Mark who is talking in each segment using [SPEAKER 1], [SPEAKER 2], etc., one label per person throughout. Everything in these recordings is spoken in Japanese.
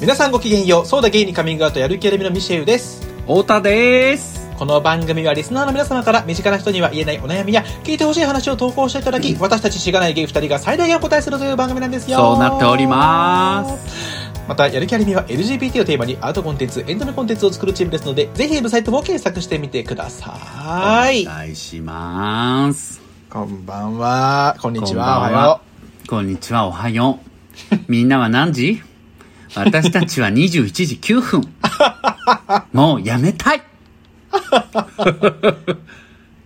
[SPEAKER 1] 皆さんごきげんようそうだゲイにカミングアウトやる気ありみのミシェウです
[SPEAKER 2] 太田です
[SPEAKER 1] この番組はリスナーの皆様から身近な人には言えないお悩みや聞いてほしい話を投稿していただき、私たちしがないゲイ2人が最大限お答えするという番組なんですよ
[SPEAKER 2] そうなっております
[SPEAKER 1] またやる気ありみは LGBT をテーマにアートコンテンツエンタメコンテンツを作るチームですのでぜひウェブサイトも検索してみてください
[SPEAKER 2] お願いします
[SPEAKER 1] こんばんはこんにちはお
[SPEAKER 2] こんばん
[SPEAKER 1] はよ
[SPEAKER 2] こんにちはおはようみんなは何時私たちは21時9分 もうやめたいう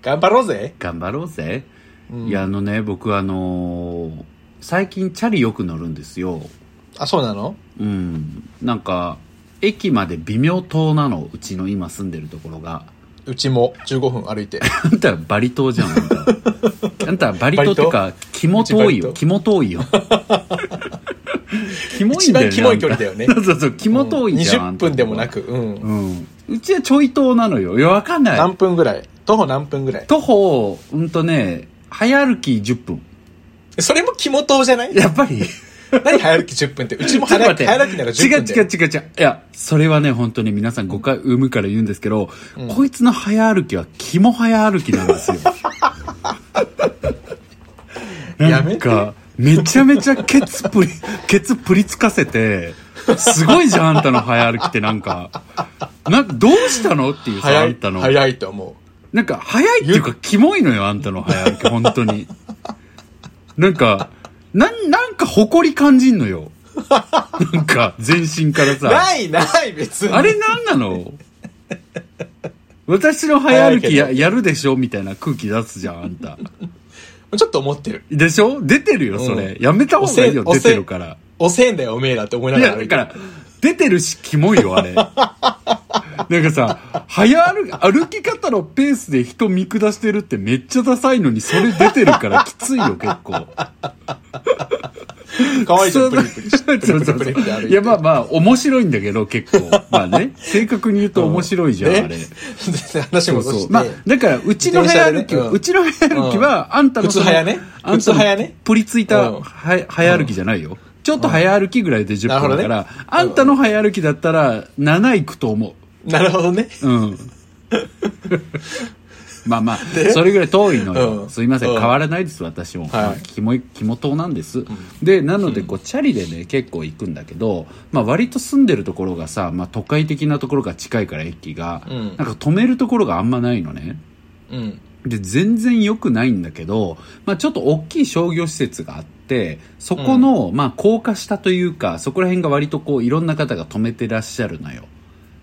[SPEAKER 1] 頑張ろうぜ
[SPEAKER 2] 頑張ろうぜ、いやあのね僕あのー最近チャリよく乗るんですよ
[SPEAKER 1] あそうなの
[SPEAKER 2] うんなんか駅まで微妙島なのうちの今住んでるところが
[SPEAKER 1] うちも15分歩いて
[SPEAKER 2] あんたバリ島じゃんあんたあんたバリ島っていうか肝遠いよ
[SPEAKER 1] うち
[SPEAKER 2] 肝遠いよキモい
[SPEAKER 1] 一
[SPEAKER 2] んだよね
[SPEAKER 1] 番キモい距離だよね
[SPEAKER 2] あんた そうそう肝遠いじゃん、あ
[SPEAKER 1] 20
[SPEAKER 2] んた
[SPEAKER 1] 分でもなくうん
[SPEAKER 2] うんうちはちょい島なのよいやわかんない
[SPEAKER 1] 何分ぐらい徒歩何分ぐらい
[SPEAKER 2] 徒歩うんとね早歩き10分
[SPEAKER 1] それも肝党じゃない
[SPEAKER 2] やっぱり
[SPEAKER 1] 何早歩き10分って。うちも
[SPEAKER 2] ちょっと
[SPEAKER 1] 早
[SPEAKER 2] 待っ
[SPEAKER 1] 歩き
[SPEAKER 2] て。
[SPEAKER 1] 早歩きなら10
[SPEAKER 2] 違う
[SPEAKER 1] 分で。
[SPEAKER 2] 違う違う違う。いや、それはね、本当に皆さん誤解生むから言うんですけど、こいつの早歩きは肝早歩きなんですよ。な
[SPEAKER 1] やめ
[SPEAKER 2] ん
[SPEAKER 1] て
[SPEAKER 2] か、めちゃめちゃケツプリ、 ケツプリつかせて、すごいじゃん、あんたの早歩きってなんか。なんかどうしたのっていうさ、
[SPEAKER 1] 早
[SPEAKER 2] あん
[SPEAKER 1] い、
[SPEAKER 2] たの。
[SPEAKER 1] 早いと思
[SPEAKER 2] なんか、早いっていうか、キモいのよ、あんたの早歩き、本当に。なんか、なん、なんか誇り感じんのよ。なんか、全身から
[SPEAKER 1] う。
[SPEAKER 2] さ。
[SPEAKER 1] ないない、別に。
[SPEAKER 2] あれなんなの私の早歩きや
[SPEAKER 1] 早いけ
[SPEAKER 2] やるでしょみたいな空気出すじゃん、あんた。
[SPEAKER 1] ちょっと思ってる。
[SPEAKER 2] でしょ出てるよ、それ。
[SPEAKER 1] う
[SPEAKER 2] やめた方がいいよ、
[SPEAKER 1] おせ
[SPEAKER 2] 出てるから。
[SPEAKER 1] 遅えんだよ、おめえらって思いないが
[SPEAKER 2] や、
[SPEAKER 1] ら歩
[SPEAKER 2] だ
[SPEAKER 1] いて
[SPEAKER 2] か
[SPEAKER 1] る。
[SPEAKER 2] ら、出てるし、キモいよ、 あれ。なんかさ、早歩き、歩き方のペースで人見下してるってめっちゃダサいのに、それ出てる からきついよ、結構。
[SPEAKER 1] かわいいじゃん、プ
[SPEAKER 2] そう
[SPEAKER 1] リプリして。プ
[SPEAKER 2] そ
[SPEAKER 1] リ
[SPEAKER 2] う
[SPEAKER 1] プ
[SPEAKER 2] そう
[SPEAKER 1] リプ
[SPEAKER 2] そ
[SPEAKER 1] リプリ歩
[SPEAKER 2] う。
[SPEAKER 1] い
[SPEAKER 2] い
[SPEAKER 1] て
[SPEAKER 2] や、
[SPEAKER 1] る。
[SPEAKER 2] まあまあ、面白いんだけど、結構。まあね、正確に言うと面白いじゃん、あれ。
[SPEAKER 1] ね話
[SPEAKER 2] そ
[SPEAKER 1] も
[SPEAKER 2] う
[SPEAKER 1] そ
[SPEAKER 2] そうう。まあ、だから、うちの早歩きは、
[SPEAKER 1] 自
[SPEAKER 2] うちの早歩きは、あんたのその。
[SPEAKER 1] 普通早ね
[SPEAKER 2] あん
[SPEAKER 1] 普通
[SPEAKER 2] た
[SPEAKER 1] 早ね
[SPEAKER 2] のプリついうた
[SPEAKER 1] ん
[SPEAKER 2] は早歩きじゃないよ。ちょっと早歩きぐらいで10分だ
[SPEAKER 1] な
[SPEAKER 2] か
[SPEAKER 1] る
[SPEAKER 2] ら、あんたの早歩きだったら、7行くと思
[SPEAKER 1] なるほどね。
[SPEAKER 2] う。うん。 まあまあ、それぐらい遠いの
[SPEAKER 1] うん
[SPEAKER 2] よ。すいません、
[SPEAKER 1] うん
[SPEAKER 2] 変わらないです、私も。
[SPEAKER 1] はい
[SPEAKER 2] まあ肝い、肝党なんです。で、なので、こう、チャリでね、結構行くんだけど、まあ、割と住んでるところがさ、まあ、都会的なところが近いから、駅が、
[SPEAKER 1] うん
[SPEAKER 2] なんか止めるところがあんまないのね。
[SPEAKER 1] うん。
[SPEAKER 2] で、全然良くないんだけど、まあちょっと大きい商業施設があって、そこの、まあ高架下というか、そこら辺が割とこういろんな方が止めてらっしゃるのよ。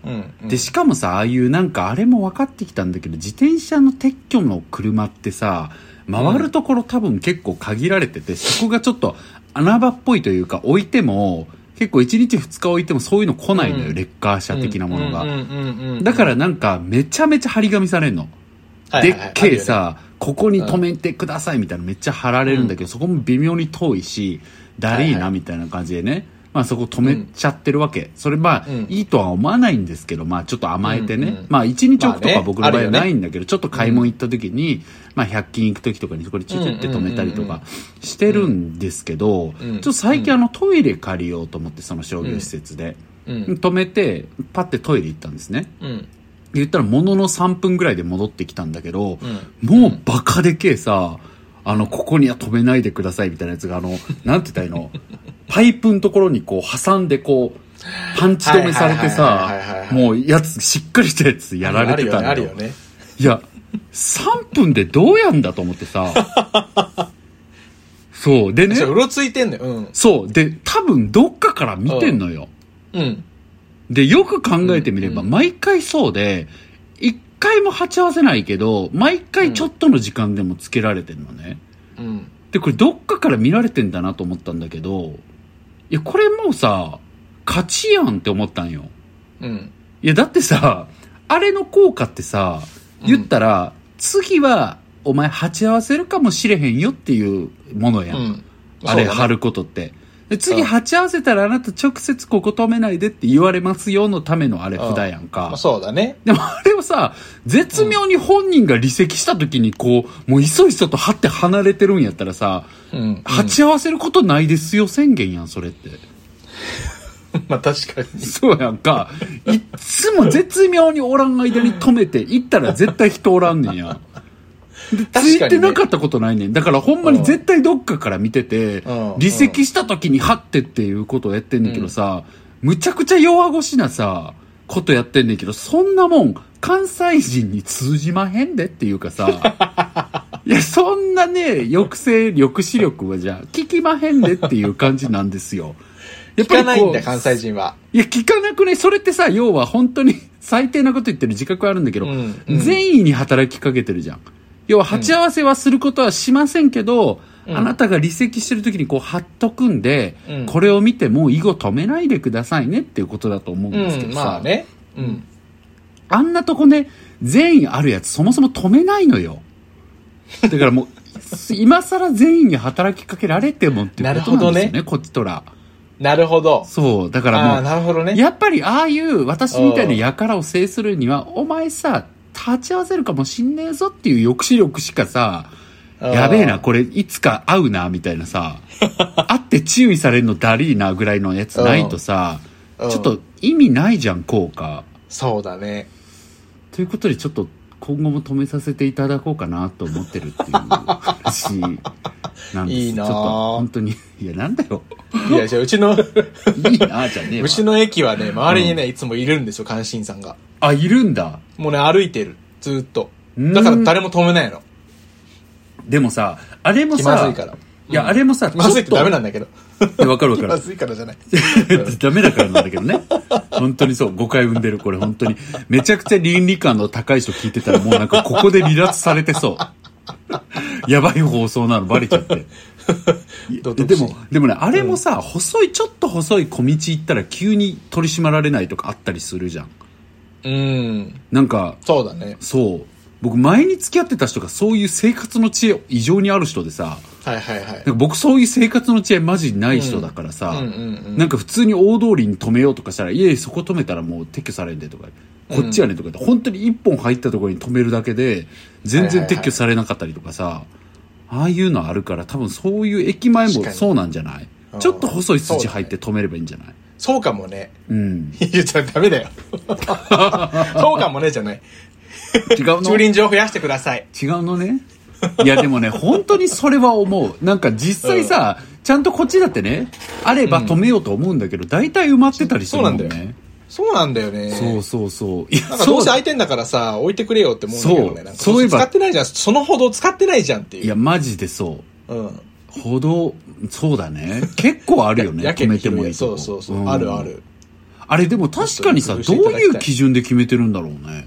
[SPEAKER 1] うん。うん
[SPEAKER 2] で、しかもさ、ああいうなんかあれも分かってきたんだけど、自転車の撤去の車ってさ、回るところ多分結構限られてて、そこがちょっと穴場っぽいというか、置いても、結構1日2日置いてもそういうの来ないのよ、
[SPEAKER 1] うん
[SPEAKER 2] レッカー車的なものが。
[SPEAKER 1] うんうんうんうん
[SPEAKER 2] だからなんかめちゃめちゃ張り紙されんの。
[SPEAKER 1] はい
[SPEAKER 2] で
[SPEAKER 1] はいはい
[SPEAKER 2] っけえさ、ここに止めてくださいみたいなめっちゃ貼られるんだけど、そこも微妙に遠いし、だりー
[SPEAKER 1] はいは
[SPEAKER 2] なみたいな感じでね、まあそこ止めちゃってるわけ。それまあ、
[SPEAKER 1] うん
[SPEAKER 2] いいとは思わないんですけど、まあちょっと甘えてね。
[SPEAKER 1] うんうん
[SPEAKER 2] まあ一日置くと
[SPEAKER 1] まあ
[SPEAKER 2] か
[SPEAKER 1] ね
[SPEAKER 2] 僕の場合
[SPEAKER 1] ある
[SPEAKER 2] は
[SPEAKER 1] よね
[SPEAKER 2] ないんだけど、ちょっと買い物行った時に、まあ100均行く時とかにそこでチュチュって止めたりと
[SPEAKER 1] うんうんうんうん
[SPEAKER 2] かしてるんですけど、
[SPEAKER 1] うん
[SPEAKER 2] ちょっと最近あのトイレ借りようと思って、その商業施設で。
[SPEAKER 1] うん。
[SPEAKER 2] 止めて、パってトイレ行ったんですね。
[SPEAKER 1] うん。
[SPEAKER 2] 言ったらものの3分ぐらいで戻ってきたんだけど、
[SPEAKER 1] うん
[SPEAKER 2] もうバカでけえさ、あの、ここには止めないでくださいみたいなやつが、 あの、なんて言ったらいいのパイプのところにこう挟んでこう、パンチ止めされて
[SPEAKER 1] はいはいはいはいはい
[SPEAKER 2] さ
[SPEAKER 1] は、い
[SPEAKER 2] もうやつ、しっかりしたやつやられてたん
[SPEAKER 1] あ
[SPEAKER 2] だ
[SPEAKER 1] る
[SPEAKER 2] よ。
[SPEAKER 1] よね、あるよね。
[SPEAKER 2] いや、3分でどうやんだと思ってさ。 そう。でね
[SPEAKER 1] じゃ、あうろついてんのよ。うん。
[SPEAKER 2] そう。で、多分どっかから見てんのよ。
[SPEAKER 1] うん。
[SPEAKER 2] で、よく考えてみれば、
[SPEAKER 1] うん
[SPEAKER 2] 毎回そうで、一回も鉢合わせないけど、毎回ちょっとの時間でもつけられてんのね。
[SPEAKER 1] うん。
[SPEAKER 2] で、これどっかから見られてんだなと思ったんだけど、いや、これもうさ、勝ちやんって思ったんよ。
[SPEAKER 1] うん。
[SPEAKER 2] いや、だってさ、あれの効果ってさ、言ったら、次は、お前鉢合わせるかもしれへんよっていうものやん。
[SPEAKER 1] うん。
[SPEAKER 2] あれ
[SPEAKER 1] そうだね
[SPEAKER 2] 貼ることって。で次、
[SPEAKER 1] うん
[SPEAKER 2] 鉢合わせたらあなた直接ここ止めないでって言われますよのためのあれ
[SPEAKER 1] うん
[SPEAKER 2] 札やん
[SPEAKER 1] ま
[SPEAKER 2] か
[SPEAKER 1] あ。そうだね。
[SPEAKER 2] でもあれをさ、絶妙に本人が離席した時にこう、もういそいそと貼って離れてるんやったらさ、
[SPEAKER 1] うん。
[SPEAKER 2] 鉢合わせることないですよ宣言やん、それって。
[SPEAKER 1] まあ確かに。
[SPEAKER 2] そうやんか。いっつも絶妙におらん間に止めて、行ったら絶対人おらんねん や。で、
[SPEAKER 1] か
[SPEAKER 2] つ
[SPEAKER 1] にね
[SPEAKER 2] いてなかったことないねん。だからほんまに絶対どっかから見てて、
[SPEAKER 1] うん
[SPEAKER 2] 離席した時にハッてっていうことをやってんねんけどさ、むちゃくちゃ弱腰なさ、ことやってんねんけど、そんなもん、関西人に通じまへんでっていうか さ、いや、そんなね、抑制、抑止力はじゃあ、聞きまへんでっていう感じなんですよ。や
[SPEAKER 1] 聞かないん
[SPEAKER 2] こ
[SPEAKER 1] だ、
[SPEAKER 2] う
[SPEAKER 1] 関西人は。
[SPEAKER 2] いや、聞かなくねそれってさ、要は本当に 最低なこと言ってる自覚はあるんだけど、
[SPEAKER 1] うんうん
[SPEAKER 2] 善意に働きかけてるじゃん。要は、鉢合わせはすることはしませんけど、
[SPEAKER 1] うん
[SPEAKER 2] あなたが離席してる時にこう、はっとくんで、
[SPEAKER 1] うん
[SPEAKER 2] これを見てもう以後止めないでくださいねっていうことだと思うん
[SPEAKER 1] う
[SPEAKER 2] ですけ
[SPEAKER 1] ん、
[SPEAKER 2] どさ、
[SPEAKER 1] まあね。うん。
[SPEAKER 2] あんなとこね、善意あるやつそもそも止めないの よ。だからもう、今更善意に働きかけられてもっていうことなんですよ
[SPEAKER 1] な
[SPEAKER 2] ね、こっちとら。
[SPEAKER 1] なるほど。
[SPEAKER 2] そう、だからもう
[SPEAKER 1] ああ、、なるほどね。
[SPEAKER 2] やっぱりああいう私みたいな輩を制するには、お前さ、立ち合わせるかもしんねえぞっていう抑止力しかさ、
[SPEAKER 1] うん
[SPEAKER 2] やべえな、これいつか会うな、みたいな さ、会って注意されるのだりーなぐらいのやつないとさ、
[SPEAKER 1] うん
[SPEAKER 2] ちょっと意味ないじゃん、効果。
[SPEAKER 1] そうだね。
[SPEAKER 2] ということでちょっと今後も止めさせていただこうかなと思ってるっていう話なんです。
[SPEAKER 1] いいなあ
[SPEAKER 2] ちょっと本当に、いやなんだよ。
[SPEAKER 1] いや、じゃあ うちの、
[SPEAKER 2] いいなあじゃねえわ
[SPEAKER 1] うちの駅はね、周りにね、いつもいるんですよ、関心さんが。
[SPEAKER 2] あ、いるんだ。
[SPEAKER 1] もうね、歩いてる。ずーっと。
[SPEAKER 2] うん
[SPEAKER 1] だから誰も止めないの。
[SPEAKER 2] でもさ、あれも
[SPEAKER 1] 気
[SPEAKER 2] さ、
[SPEAKER 1] まずいから。
[SPEAKER 2] いや、あれもさ、
[SPEAKER 1] まずいってダメなん
[SPEAKER 2] だ
[SPEAKER 1] だけど。
[SPEAKER 2] わかるわ
[SPEAKER 1] 気
[SPEAKER 2] か
[SPEAKER 1] ま
[SPEAKER 2] る。
[SPEAKER 1] ずいからじゃない。
[SPEAKER 2] ダメだからなんだけどね。本当にそう、誤解生んでる、これ本当に。めちゃくちゃ倫理観の高い人聞いてたら、もうなんかここで離脱されてそう。 やばい放送なのバレちゃって。い
[SPEAKER 1] どうぞ
[SPEAKER 2] でも、でもね、あれもさ、細い、ちょっと細い小道行ったら急に取り締まられないとかあったりするじゃん。
[SPEAKER 1] うん。
[SPEAKER 2] なんか、
[SPEAKER 1] そうだね。
[SPEAKER 2] そう。僕前に付き合ってた人がそういう生活の知恵異常にある人でさ、
[SPEAKER 1] はいはいはい
[SPEAKER 2] なんか。僕そういう生活の知恵マジない人だからさ、
[SPEAKER 1] うんうんうん。
[SPEAKER 2] なんか普通に大通りに止めようとかしたら、いえ、そこ止めたらもう撤去されんでとか、こっちやねんとかって、本当に一本入ったところに止めるだけで、全然撤去されなかったりとかさ、ああいうのあるから、多分そういう駅前
[SPEAKER 1] 確
[SPEAKER 2] も
[SPEAKER 1] かに
[SPEAKER 2] そうなんじゃない
[SPEAKER 1] うん
[SPEAKER 2] ちょっと細い筋入って止めればいいんじゃない
[SPEAKER 1] そうかもね。
[SPEAKER 2] うん。
[SPEAKER 1] 言っちゃダメだよ。そうかもね、じゃない。
[SPEAKER 2] 違うの
[SPEAKER 1] 駐 輪場を増やしてください。
[SPEAKER 2] 違うのね。いやでもね、本当にそれは思う。なんか実際さ、ちゃんとこっちだってね、あれば止めようと思うんだけど、大体埋まってたりするもん
[SPEAKER 1] そうなんだ
[SPEAKER 2] ね。
[SPEAKER 1] そうなんだよね。
[SPEAKER 2] そうそうそう。いや、
[SPEAKER 1] なんかどうせ空いてんだからさ、置いてくれよって思うんだけど
[SPEAKER 2] そ
[SPEAKER 1] ね。
[SPEAKER 2] う
[SPEAKER 1] なんか
[SPEAKER 2] そういえば
[SPEAKER 1] 使ってないじゃん。そのほど使ってないじゃんって
[SPEAKER 2] い
[SPEAKER 1] いう。
[SPEAKER 2] や、マジでそう。
[SPEAKER 1] うん。
[SPEAKER 2] 歩道、そうだね。結構あるよね。
[SPEAKER 1] やけ
[SPEAKER 2] 止
[SPEAKER 1] に
[SPEAKER 2] めても
[SPEAKER 1] 広
[SPEAKER 2] い
[SPEAKER 1] い。
[SPEAKER 2] いと
[SPEAKER 1] そ
[SPEAKER 2] こ
[SPEAKER 1] うそうそう。
[SPEAKER 2] ん
[SPEAKER 1] あるある。
[SPEAKER 2] あれでも確かにさ、
[SPEAKER 1] ちょっ
[SPEAKER 2] どう
[SPEAKER 1] と工夫していただきたい
[SPEAKER 2] いう基準で決めてるんだろうね。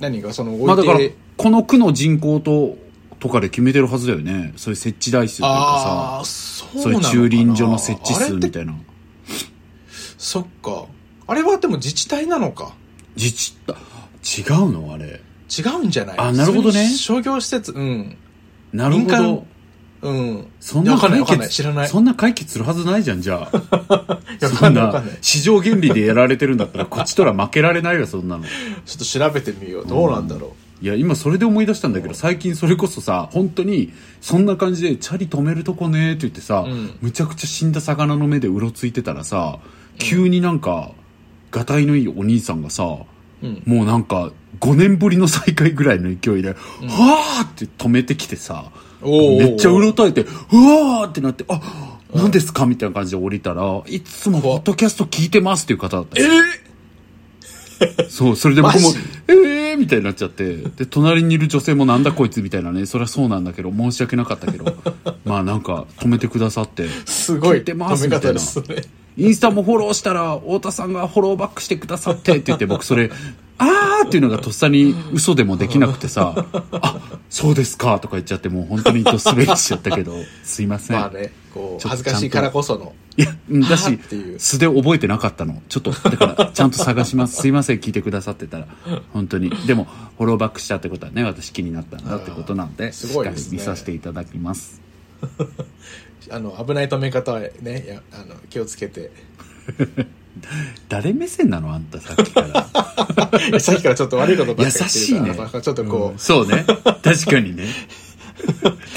[SPEAKER 1] 何がその
[SPEAKER 2] まあ
[SPEAKER 1] 置
[SPEAKER 2] だ
[SPEAKER 1] い
[SPEAKER 2] から
[SPEAKER 1] て、、
[SPEAKER 2] この区の人口と、とかで決めてるはずだよね。そういう設置台数という
[SPEAKER 1] あ
[SPEAKER 2] か
[SPEAKER 1] あ、そ
[SPEAKER 2] さ、
[SPEAKER 1] う
[SPEAKER 2] そうい
[SPEAKER 1] な
[SPEAKER 2] う
[SPEAKER 1] のかな
[SPEAKER 2] 駐輪場の設置数み
[SPEAKER 1] あれって
[SPEAKER 2] たいな。
[SPEAKER 1] そっか。あれはでも自治体なのか。
[SPEAKER 2] 自治体、違うのあれ。
[SPEAKER 1] 違うんじゃない
[SPEAKER 2] あなるほどね
[SPEAKER 1] 商業施設、うん。
[SPEAKER 2] なるほ
[SPEAKER 1] 民
[SPEAKER 2] ど
[SPEAKER 1] 間。うん。
[SPEAKER 2] そん
[SPEAKER 1] い
[SPEAKER 2] な
[SPEAKER 1] やわかんな
[SPEAKER 2] 解
[SPEAKER 1] いわかんない。知らな
[SPEAKER 2] 決、
[SPEAKER 1] い。
[SPEAKER 2] そんな解決するはずないじゃん、じゃあ。
[SPEAKER 1] やわ
[SPEAKER 2] そ
[SPEAKER 1] か
[SPEAKER 2] ん
[SPEAKER 1] んないわか
[SPEAKER 2] なん
[SPEAKER 1] ない、
[SPEAKER 2] 市場原理でやられてるんだ ったら、こっちとら負けられないわ、そんなの。
[SPEAKER 1] ちょっと調べてみよう。どうなんだろう。
[SPEAKER 2] いや今それで思い出したんだけど最近それこそさ本当にそんな感じで「チャリ止めるとこね」って言ってさ、
[SPEAKER 1] うん
[SPEAKER 2] むちゃくちゃ死んだ魚の目でうろついてたらさ急になんか、がたいのいいお兄さんがさも
[SPEAKER 1] うん。
[SPEAKER 2] うなんか5年ぶりの再会ぐらいの勢いで「はあ!」って止めてきてさ
[SPEAKER 1] おー
[SPEAKER 2] めっちゃうろたえて「うわー!」ってなって「あ何ですか?」みたいな感じで降りたら「いつもポッドキャスト聞いてます」っていう方だった
[SPEAKER 1] えー
[SPEAKER 2] そう、それで僕も
[SPEAKER 1] マジ、
[SPEAKER 2] ええー、みたいになっちゃって、で、隣にいる女性もなんだこいつみたいなね、そりゃそうなんだけど、申し訳なかったけ ど、まあなんか止めてくださって、
[SPEAKER 1] すごい。
[SPEAKER 2] 聞いてます
[SPEAKER 1] 止め
[SPEAKER 2] みたいな
[SPEAKER 1] 方ですね。
[SPEAKER 2] インスタもフォローしたら、太田さんがフォローバックしてくださってって言って、僕それ、 あーっていうのがとっさに嘘でもできなくてさ、あ、そうですかとか言っちゃって、もう本当にどすべりしちゃったけど、すいません。
[SPEAKER 1] まあね、
[SPEAKER 2] ちょ
[SPEAKER 1] こう、
[SPEAKER 2] っと
[SPEAKER 1] 恥ずかしいからこその。
[SPEAKER 2] いや、うんだし
[SPEAKER 1] はーっていう、
[SPEAKER 2] 素で覚えてなかったの。ちょっと、だから、ちゃんと探します。すいません、聞いてくださってたら。本当に。でも、フォローバックしたってことはね、私気になったんだってことなんで、
[SPEAKER 1] すごい
[SPEAKER 2] しっ
[SPEAKER 1] で
[SPEAKER 2] かり
[SPEAKER 1] すね
[SPEAKER 2] 見させていただきます。
[SPEAKER 1] あの、危ない止め方はね、やあの気をつけて。
[SPEAKER 2] 誰目線なのあんた、さっきから。
[SPEAKER 1] いやさっきからちょっと悪いことばっ
[SPEAKER 2] 優
[SPEAKER 1] かり
[SPEAKER 2] しい
[SPEAKER 1] 言って
[SPEAKER 2] ね
[SPEAKER 1] るから、なんかちょっとこう、
[SPEAKER 2] うんそうね。確かにね。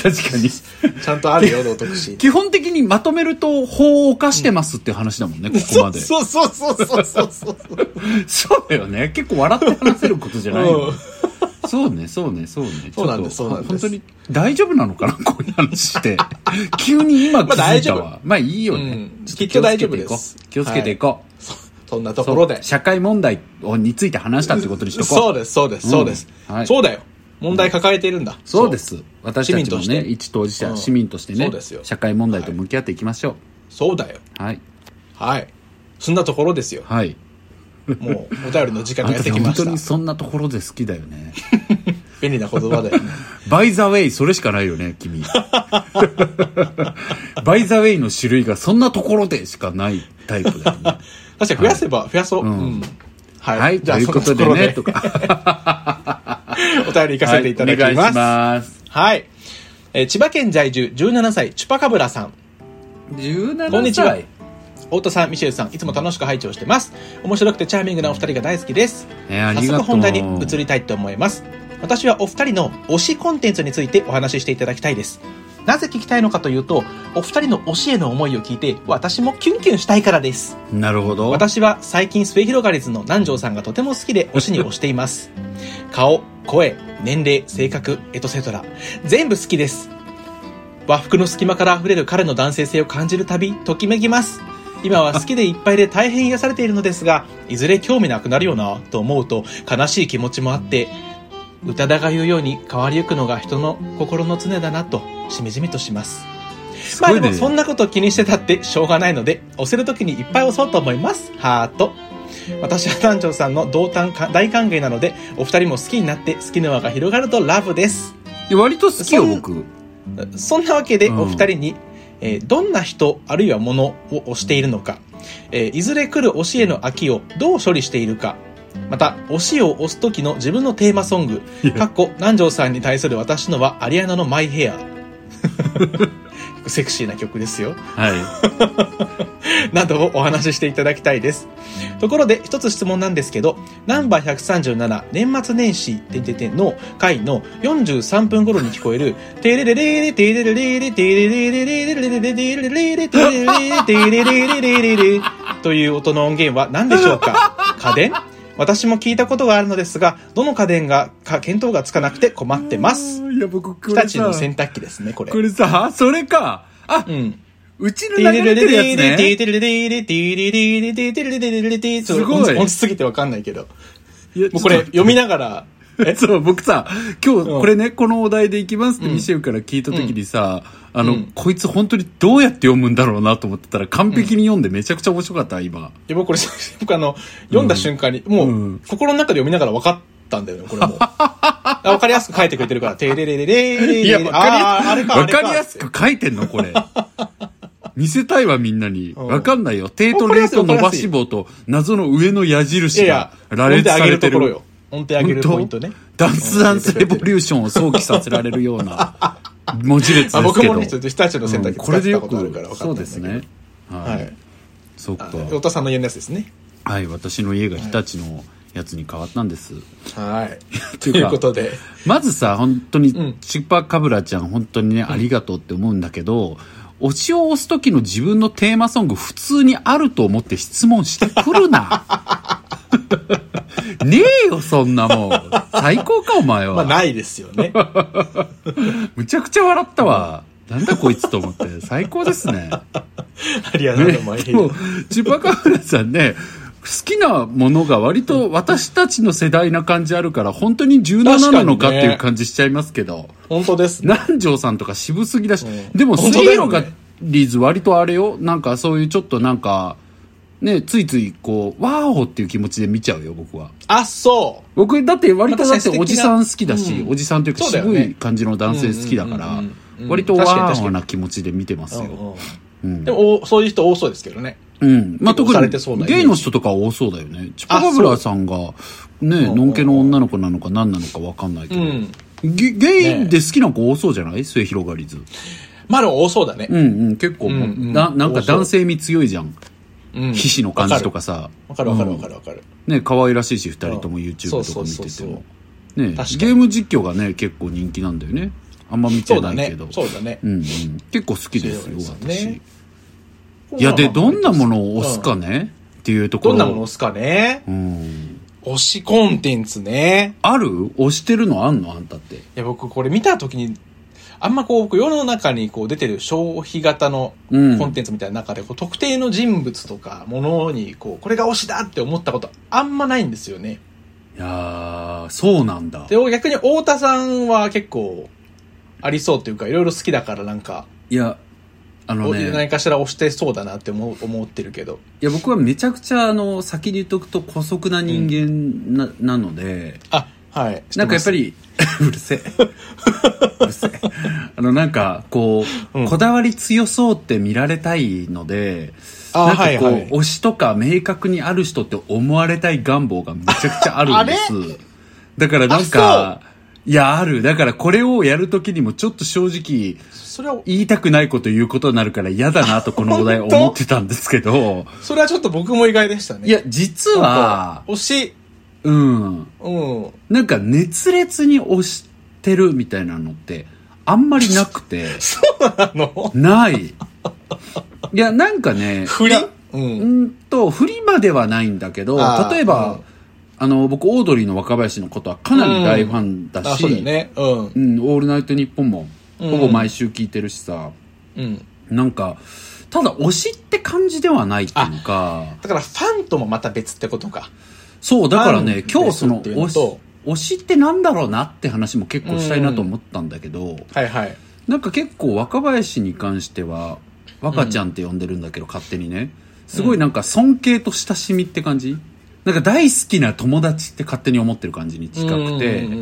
[SPEAKER 2] 確 かに。
[SPEAKER 1] ちゃんとあるよ、道徳心。
[SPEAKER 2] 基本的にまとめると法を犯してますっていう話だもんね、ここまで。
[SPEAKER 1] そうそうそうそうそうそう。
[SPEAKER 2] そうだよね。結構笑って話せることじゃないよね。そうね、そうね、そうね。
[SPEAKER 1] そうなんで
[SPEAKER 2] ちょっと
[SPEAKER 1] そうなんです
[SPEAKER 2] 本当に大丈夫なの かなこういう話して。急に今気づいたわ。ま
[SPEAKER 1] ま
[SPEAKER 2] あ、いいよね。
[SPEAKER 1] うん
[SPEAKER 2] ちょ
[SPEAKER 1] きっと大丈夫です
[SPEAKER 2] 気をつけていこう。
[SPEAKER 1] そんなところで。
[SPEAKER 2] 社会問題をについて話したってことにしとこう。
[SPEAKER 1] そうです、そうです、そうです
[SPEAKER 2] うんはい。
[SPEAKER 1] そうだよ。問題抱えてるんだ。
[SPEAKER 2] そうで。す。私たちも
[SPEAKER 1] 市民と
[SPEAKER 2] ね、
[SPEAKER 1] して
[SPEAKER 2] 一当事者、
[SPEAKER 1] うん
[SPEAKER 2] 市民としてね
[SPEAKER 1] そうですよ
[SPEAKER 2] 社会問題と向き合っていきましょ
[SPEAKER 1] そうだよ。
[SPEAKER 2] う。はい。
[SPEAKER 1] はい。そんなところですよ。
[SPEAKER 2] はい。
[SPEAKER 1] もう、お便りの時間
[SPEAKER 2] あん
[SPEAKER 1] がやったてきま
[SPEAKER 2] 本当
[SPEAKER 1] し
[SPEAKER 2] に
[SPEAKER 1] た。
[SPEAKER 2] そんなところで好きだよね。
[SPEAKER 1] 便利な言葉だよね。
[SPEAKER 2] バイザウェイ、それしかないよね、 君。バイザウェイの種類がそんなところでしかないタイプだよ ね。
[SPEAKER 1] 確かに増やせば増やそう。
[SPEAKER 2] うん
[SPEAKER 1] うんは
[SPEAKER 2] はい、
[SPEAKER 1] じ
[SPEAKER 2] と
[SPEAKER 1] ゃあ、
[SPEAKER 2] いう
[SPEAKER 1] そん
[SPEAKER 2] こ
[SPEAKER 1] な
[SPEAKER 2] と
[SPEAKER 1] と
[SPEAKER 2] で
[SPEAKER 1] ころ
[SPEAKER 2] ね、
[SPEAKER 1] で
[SPEAKER 2] と、か。
[SPEAKER 1] お便り行かせていただき
[SPEAKER 2] はいお願
[SPEAKER 1] ま
[SPEAKER 2] いし
[SPEAKER 1] す。
[SPEAKER 2] ます。
[SPEAKER 1] はい。えー千葉県在住17歳、チュパカブラさん。
[SPEAKER 2] 17歳。
[SPEAKER 1] こんにちは太田さん、ミシェルさん、いつも楽しく拝聴してます。面白くてチャーミングなお二人が大好きです。
[SPEAKER 2] えーあ
[SPEAKER 1] 早
[SPEAKER 2] りが
[SPEAKER 1] 速
[SPEAKER 2] とう。
[SPEAKER 1] 本題に移りたいと思います。私はお二人の推しコンテンツについてお話ししていただきたいです。なぜ聞きたいのかというと、お二人の推しへの思いを聞いて、私もキュンキュンしたいからです。
[SPEAKER 2] なるほど。
[SPEAKER 1] 私は最近末広がりずの南條さんがとても好きで推しに推しています。顔、声、年齢、性格、エトセトラ。全部好きです。和服の隙間から溢れる彼の男性性を感じるたび、ときめきます。今は好きでいっぱいで大変癒されているのですが、いずれ興味なくなるよな、と思うと悲しい気持ちもあって、宇多田が言うように変わりゆくのが人の心の常だなと、しみじみとします。
[SPEAKER 2] す
[SPEAKER 1] まあ
[SPEAKER 2] ご
[SPEAKER 1] で
[SPEAKER 2] いね
[SPEAKER 1] もそんなこと気にしてたってしょうがないので、押せるときにいっぱい押そうと思います。ハート。私は団長さんの同担か大歓迎なので、お二人も好きになって好きの輪が広がるとラブです。
[SPEAKER 2] 割と好きよ、
[SPEAKER 1] そん
[SPEAKER 2] 僕。
[SPEAKER 1] そんなわけで
[SPEAKER 2] うん
[SPEAKER 1] お二人に、えーどんな人あるいはものを推しているのか、えーいずれ来る推しへの飽きをどう処理しているか、また、推しを推す時の自分のテーマソング、かっこ、南條さんに対する私のはアリアナのマイヘア。 セクシーな曲ですよ。
[SPEAKER 2] はい。
[SPEAKER 1] などをお話ししていただきたいです。ところで、一つ質問なんですけど、ナンバー137年末年始てんてんてんの回の43分頃に聞こえる、てれれれれてれれれれてれれれれれれれれれれれれれてれれれれてれれれれれれれという音の音源は何でしょうか家電私も聞いたことがあるのですが、どの家電が、か、見当がつかなくて困ってます。。
[SPEAKER 2] いや、僕、こ
[SPEAKER 1] 日
[SPEAKER 2] れ
[SPEAKER 1] 立
[SPEAKER 2] さ
[SPEAKER 1] の、洗濯機ですね、これ
[SPEAKER 2] こ。れさ、それか。あ
[SPEAKER 1] う、ん。
[SPEAKER 2] うちの流れてるやつね。
[SPEAKER 1] すごい。音すぎてわかんないけど。
[SPEAKER 2] いや
[SPEAKER 1] もうこれ読みながら、え
[SPEAKER 2] そう、僕さ、今日
[SPEAKER 1] うん
[SPEAKER 2] これね、このお題でいきますってミシェルから聞いた時にさ、あの、
[SPEAKER 1] うん
[SPEAKER 2] こいつ本当にどうやって読むんだろうなと思ってたら完璧に読んでめちゃくちゃ面白かった、今。
[SPEAKER 1] 僕これ、僕あの、読んだ瞬間に、もう、心の中で読みながら分かったんだよね、これもう。わかりやすく書いてくれてるから、てれれれれれれ
[SPEAKER 2] いや、わ
[SPEAKER 1] ああ、あ
[SPEAKER 2] か
[SPEAKER 1] れ
[SPEAKER 2] りやす
[SPEAKER 1] か、あ
[SPEAKER 2] わ
[SPEAKER 1] れ
[SPEAKER 2] か
[SPEAKER 1] か。
[SPEAKER 2] りやすく書いてんの、これ。見せたいわ、みんなに。
[SPEAKER 1] うん
[SPEAKER 2] わかんないよ。手とレート伸ばし棒と謎の上の矢
[SPEAKER 1] いや
[SPEAKER 2] 印
[SPEAKER 1] いや
[SPEAKER 2] が、羅
[SPEAKER 1] 音
[SPEAKER 2] 列
[SPEAKER 1] 程上
[SPEAKER 2] さ
[SPEAKER 1] げ
[SPEAKER 2] れ
[SPEAKER 1] る
[SPEAKER 2] て
[SPEAKER 1] ところ
[SPEAKER 2] る
[SPEAKER 1] よ。。音程上げるポイントね。
[SPEAKER 2] ダンスダンスレボリューションを想起させられるような文字列ですけど。
[SPEAKER 1] あ僕もね、ちょっと日立の洗
[SPEAKER 2] うん
[SPEAKER 1] 濯機
[SPEAKER 2] こ
[SPEAKER 1] 使
[SPEAKER 2] れ
[SPEAKER 1] っ
[SPEAKER 2] で
[SPEAKER 1] た
[SPEAKER 2] よ
[SPEAKER 1] ことあるから
[SPEAKER 2] く、
[SPEAKER 1] 分か
[SPEAKER 2] そ
[SPEAKER 1] っ
[SPEAKER 2] うで
[SPEAKER 1] たんだ
[SPEAKER 2] す
[SPEAKER 1] けど。
[SPEAKER 2] ね。は
[SPEAKER 1] はいい。。
[SPEAKER 2] そっか。
[SPEAKER 1] 太田さんの家のやつですね。
[SPEAKER 2] はい、私の家が日立のやつに変わったんです。
[SPEAKER 1] はい。
[SPEAKER 2] て
[SPEAKER 1] と
[SPEAKER 2] いうか
[SPEAKER 1] いうことで。
[SPEAKER 2] まずさ、本当に
[SPEAKER 1] ん、
[SPEAKER 2] チュッパカブラちゃん、本当にね、ありがとうって思うんだけど、推しを押す時の自分のテーマソング、普通にあると思って質問してくる な。ねえよ、そんなもん。最高か、お前は。
[SPEAKER 1] まあ、ないですよね。
[SPEAKER 2] むちゃくちゃ笑ったわ。なんだこいつと思って。最高ですね。
[SPEAKER 1] ありがとう
[SPEAKER 2] ね、
[SPEAKER 1] ござい
[SPEAKER 2] でも
[SPEAKER 1] ます。
[SPEAKER 2] チュパカブラさんね、好きなものが割と私たちの世代な感じあるから、本当に17なのかっていう感じしちゃいますけど、
[SPEAKER 1] 本当ですね。
[SPEAKER 2] 南條さんとか渋すぎだし、
[SPEAKER 1] うん
[SPEAKER 2] でも、ス
[SPEAKER 1] 本当
[SPEAKER 2] リ
[SPEAKER 1] だ
[SPEAKER 2] ーロ
[SPEAKER 1] よね
[SPEAKER 2] がリーズ割とあれよ、なんかそういうちょっとなんか、ね、ついついこう、ワーオっていう気持ちで見ちゃうよ、僕は。
[SPEAKER 1] あ、そう。
[SPEAKER 2] 僕、だって割とだっ
[SPEAKER 1] 私
[SPEAKER 2] て
[SPEAKER 1] 的な
[SPEAKER 2] おじさん好きだし、
[SPEAKER 1] うん
[SPEAKER 2] おじさんというか
[SPEAKER 1] そうだよ
[SPEAKER 2] 渋
[SPEAKER 1] ね
[SPEAKER 2] い感じの男性好きだから
[SPEAKER 1] うんうんうんう、ん
[SPEAKER 2] 割と
[SPEAKER 1] 確かに
[SPEAKER 2] ワ
[SPEAKER 1] 確
[SPEAKER 2] ー
[SPEAKER 1] か
[SPEAKER 2] オ
[SPEAKER 1] に
[SPEAKER 2] な気持ちで見てますよ。うん
[SPEAKER 1] でも、おそういう人多そうですけどね。
[SPEAKER 2] うん。まあ、
[SPEAKER 1] 結構
[SPEAKER 2] 特
[SPEAKER 1] 押さ
[SPEAKER 2] に
[SPEAKER 1] れてそうなイメージ
[SPEAKER 2] ゲイの人とかは多そうだよね。チュパ
[SPEAKER 1] あ
[SPEAKER 2] カブラさんが、ね、
[SPEAKER 1] うん
[SPEAKER 2] のんけの女の子なのか何なのかわかんないけ
[SPEAKER 1] う
[SPEAKER 2] ど。
[SPEAKER 1] ん。
[SPEAKER 2] ゲゲイで好きな子多そうじゃない末広がりず。
[SPEAKER 1] まあでも多そうだね
[SPEAKER 2] う。んうん、結構、
[SPEAKER 1] うんうん
[SPEAKER 2] な、なんか
[SPEAKER 1] 多そう
[SPEAKER 2] 男性味強いじゃん。
[SPEAKER 1] うん
[SPEAKER 2] 皮脂の感じとか。さ。
[SPEAKER 1] わかるわかる
[SPEAKER 2] う
[SPEAKER 1] わ
[SPEAKER 2] ん
[SPEAKER 1] かるわかる。
[SPEAKER 2] ね、可愛らしいし、二人とも
[SPEAKER 1] うん
[SPEAKER 2] YouTube
[SPEAKER 1] そう
[SPEAKER 2] とか
[SPEAKER 1] そう
[SPEAKER 2] 見
[SPEAKER 1] そう
[SPEAKER 2] てて
[SPEAKER 1] そう
[SPEAKER 2] も。ね、ゲ
[SPEAKER 1] 確かに
[SPEAKER 2] ーム実況がね、結構人気なんだよね。あんま見
[SPEAKER 1] そ
[SPEAKER 2] て
[SPEAKER 1] うだ
[SPEAKER 2] ないけ
[SPEAKER 1] ね
[SPEAKER 2] ど。。
[SPEAKER 1] そうだね。
[SPEAKER 2] うんうん、結構好きですよ、
[SPEAKER 1] そうですね
[SPEAKER 2] 私。いや、で、どんなものを押すかね、っていうところ。
[SPEAKER 1] どんなもの押すかね
[SPEAKER 2] うん。
[SPEAKER 1] 推しコンテンツね。
[SPEAKER 2] ある押してるのあんのあんたって。
[SPEAKER 1] いや、僕これ見た時に、あんまこう、僕世の中にこう出てる消費型の
[SPEAKER 2] うん
[SPEAKER 1] コンテンツみたいな中で、こう特定の人物とかものに、こう、これが推しだって思ったことあんまないんですよね。
[SPEAKER 2] いやー、そうなんだ。
[SPEAKER 1] で、逆に太田さんは結構、ありそうっていうか、いろいろ好きだからなんか、
[SPEAKER 2] いや、あのね。
[SPEAKER 1] 何かしら押してそうだなって思う思ってるけど。
[SPEAKER 2] いや僕はめちゃくちゃあの先に言っとくと姑息な人間な,、なので
[SPEAKER 1] あ、はい。知てます
[SPEAKER 2] なんかやっぱ、り うるせえうるせえあのなんかこう、
[SPEAKER 1] うん
[SPEAKER 2] こだわり強そうって見られたいので
[SPEAKER 1] あ
[SPEAKER 2] なんかこう、
[SPEAKER 1] はいはい
[SPEAKER 2] 推しとか明確にある人って思われたい願望がめちゃくちゃあるんですだからなん
[SPEAKER 1] あ
[SPEAKER 2] かいやあるだからこれをやるときにもちょっと正直
[SPEAKER 1] それは、
[SPEAKER 2] 言いたくないこと言うことになるから嫌だなとこのお題
[SPEAKER 1] 本当
[SPEAKER 2] 思ってたんですけど
[SPEAKER 1] それはちょっと僕も意外でしたね。
[SPEAKER 2] いや、実
[SPEAKER 1] なんか
[SPEAKER 2] は、
[SPEAKER 1] 推し、
[SPEAKER 2] うん。
[SPEAKER 1] うん。
[SPEAKER 2] なんか熱烈に推してるみたいなのって、あんまりなくて、
[SPEAKER 1] あの、
[SPEAKER 2] ない。いや、なんかね、
[SPEAKER 1] 振り
[SPEAKER 2] いや
[SPEAKER 1] う。
[SPEAKER 2] うんんと、振りまではないんだけど、
[SPEAKER 1] あー
[SPEAKER 2] 例え
[SPEAKER 1] う
[SPEAKER 2] ば
[SPEAKER 1] ん、
[SPEAKER 2] あの、僕、オードリーの若林のことはかなり大ファンだ
[SPEAKER 1] あ、
[SPEAKER 2] し、
[SPEAKER 1] そうだよね。うん。
[SPEAKER 2] うん、オールナイトニッポンも、
[SPEAKER 1] うん
[SPEAKER 2] ほぼ毎週聞いてるしさ、
[SPEAKER 1] うん。
[SPEAKER 2] なんか、ただ推しって感じではないっていうか、
[SPEAKER 1] だからファンともまた別ってことか。
[SPEAKER 2] そう、だからね、
[SPEAKER 1] ファン
[SPEAKER 2] 今日その
[SPEAKER 1] ですっていう
[SPEAKER 2] 推
[SPEAKER 1] の
[SPEAKER 2] し
[SPEAKER 1] と、
[SPEAKER 2] 推しってなんだろうなって話も結構したいなと思ったんだけど、
[SPEAKER 1] はいはい。
[SPEAKER 2] なんか結構若林に関しては、若ちゃんって呼んでるんだけど、勝手にね。すごいなんか尊敬と親しみって感じなんか大好きな友達って勝手に思ってる感じに近く
[SPEAKER 1] うん
[SPEAKER 2] て、
[SPEAKER 1] うんう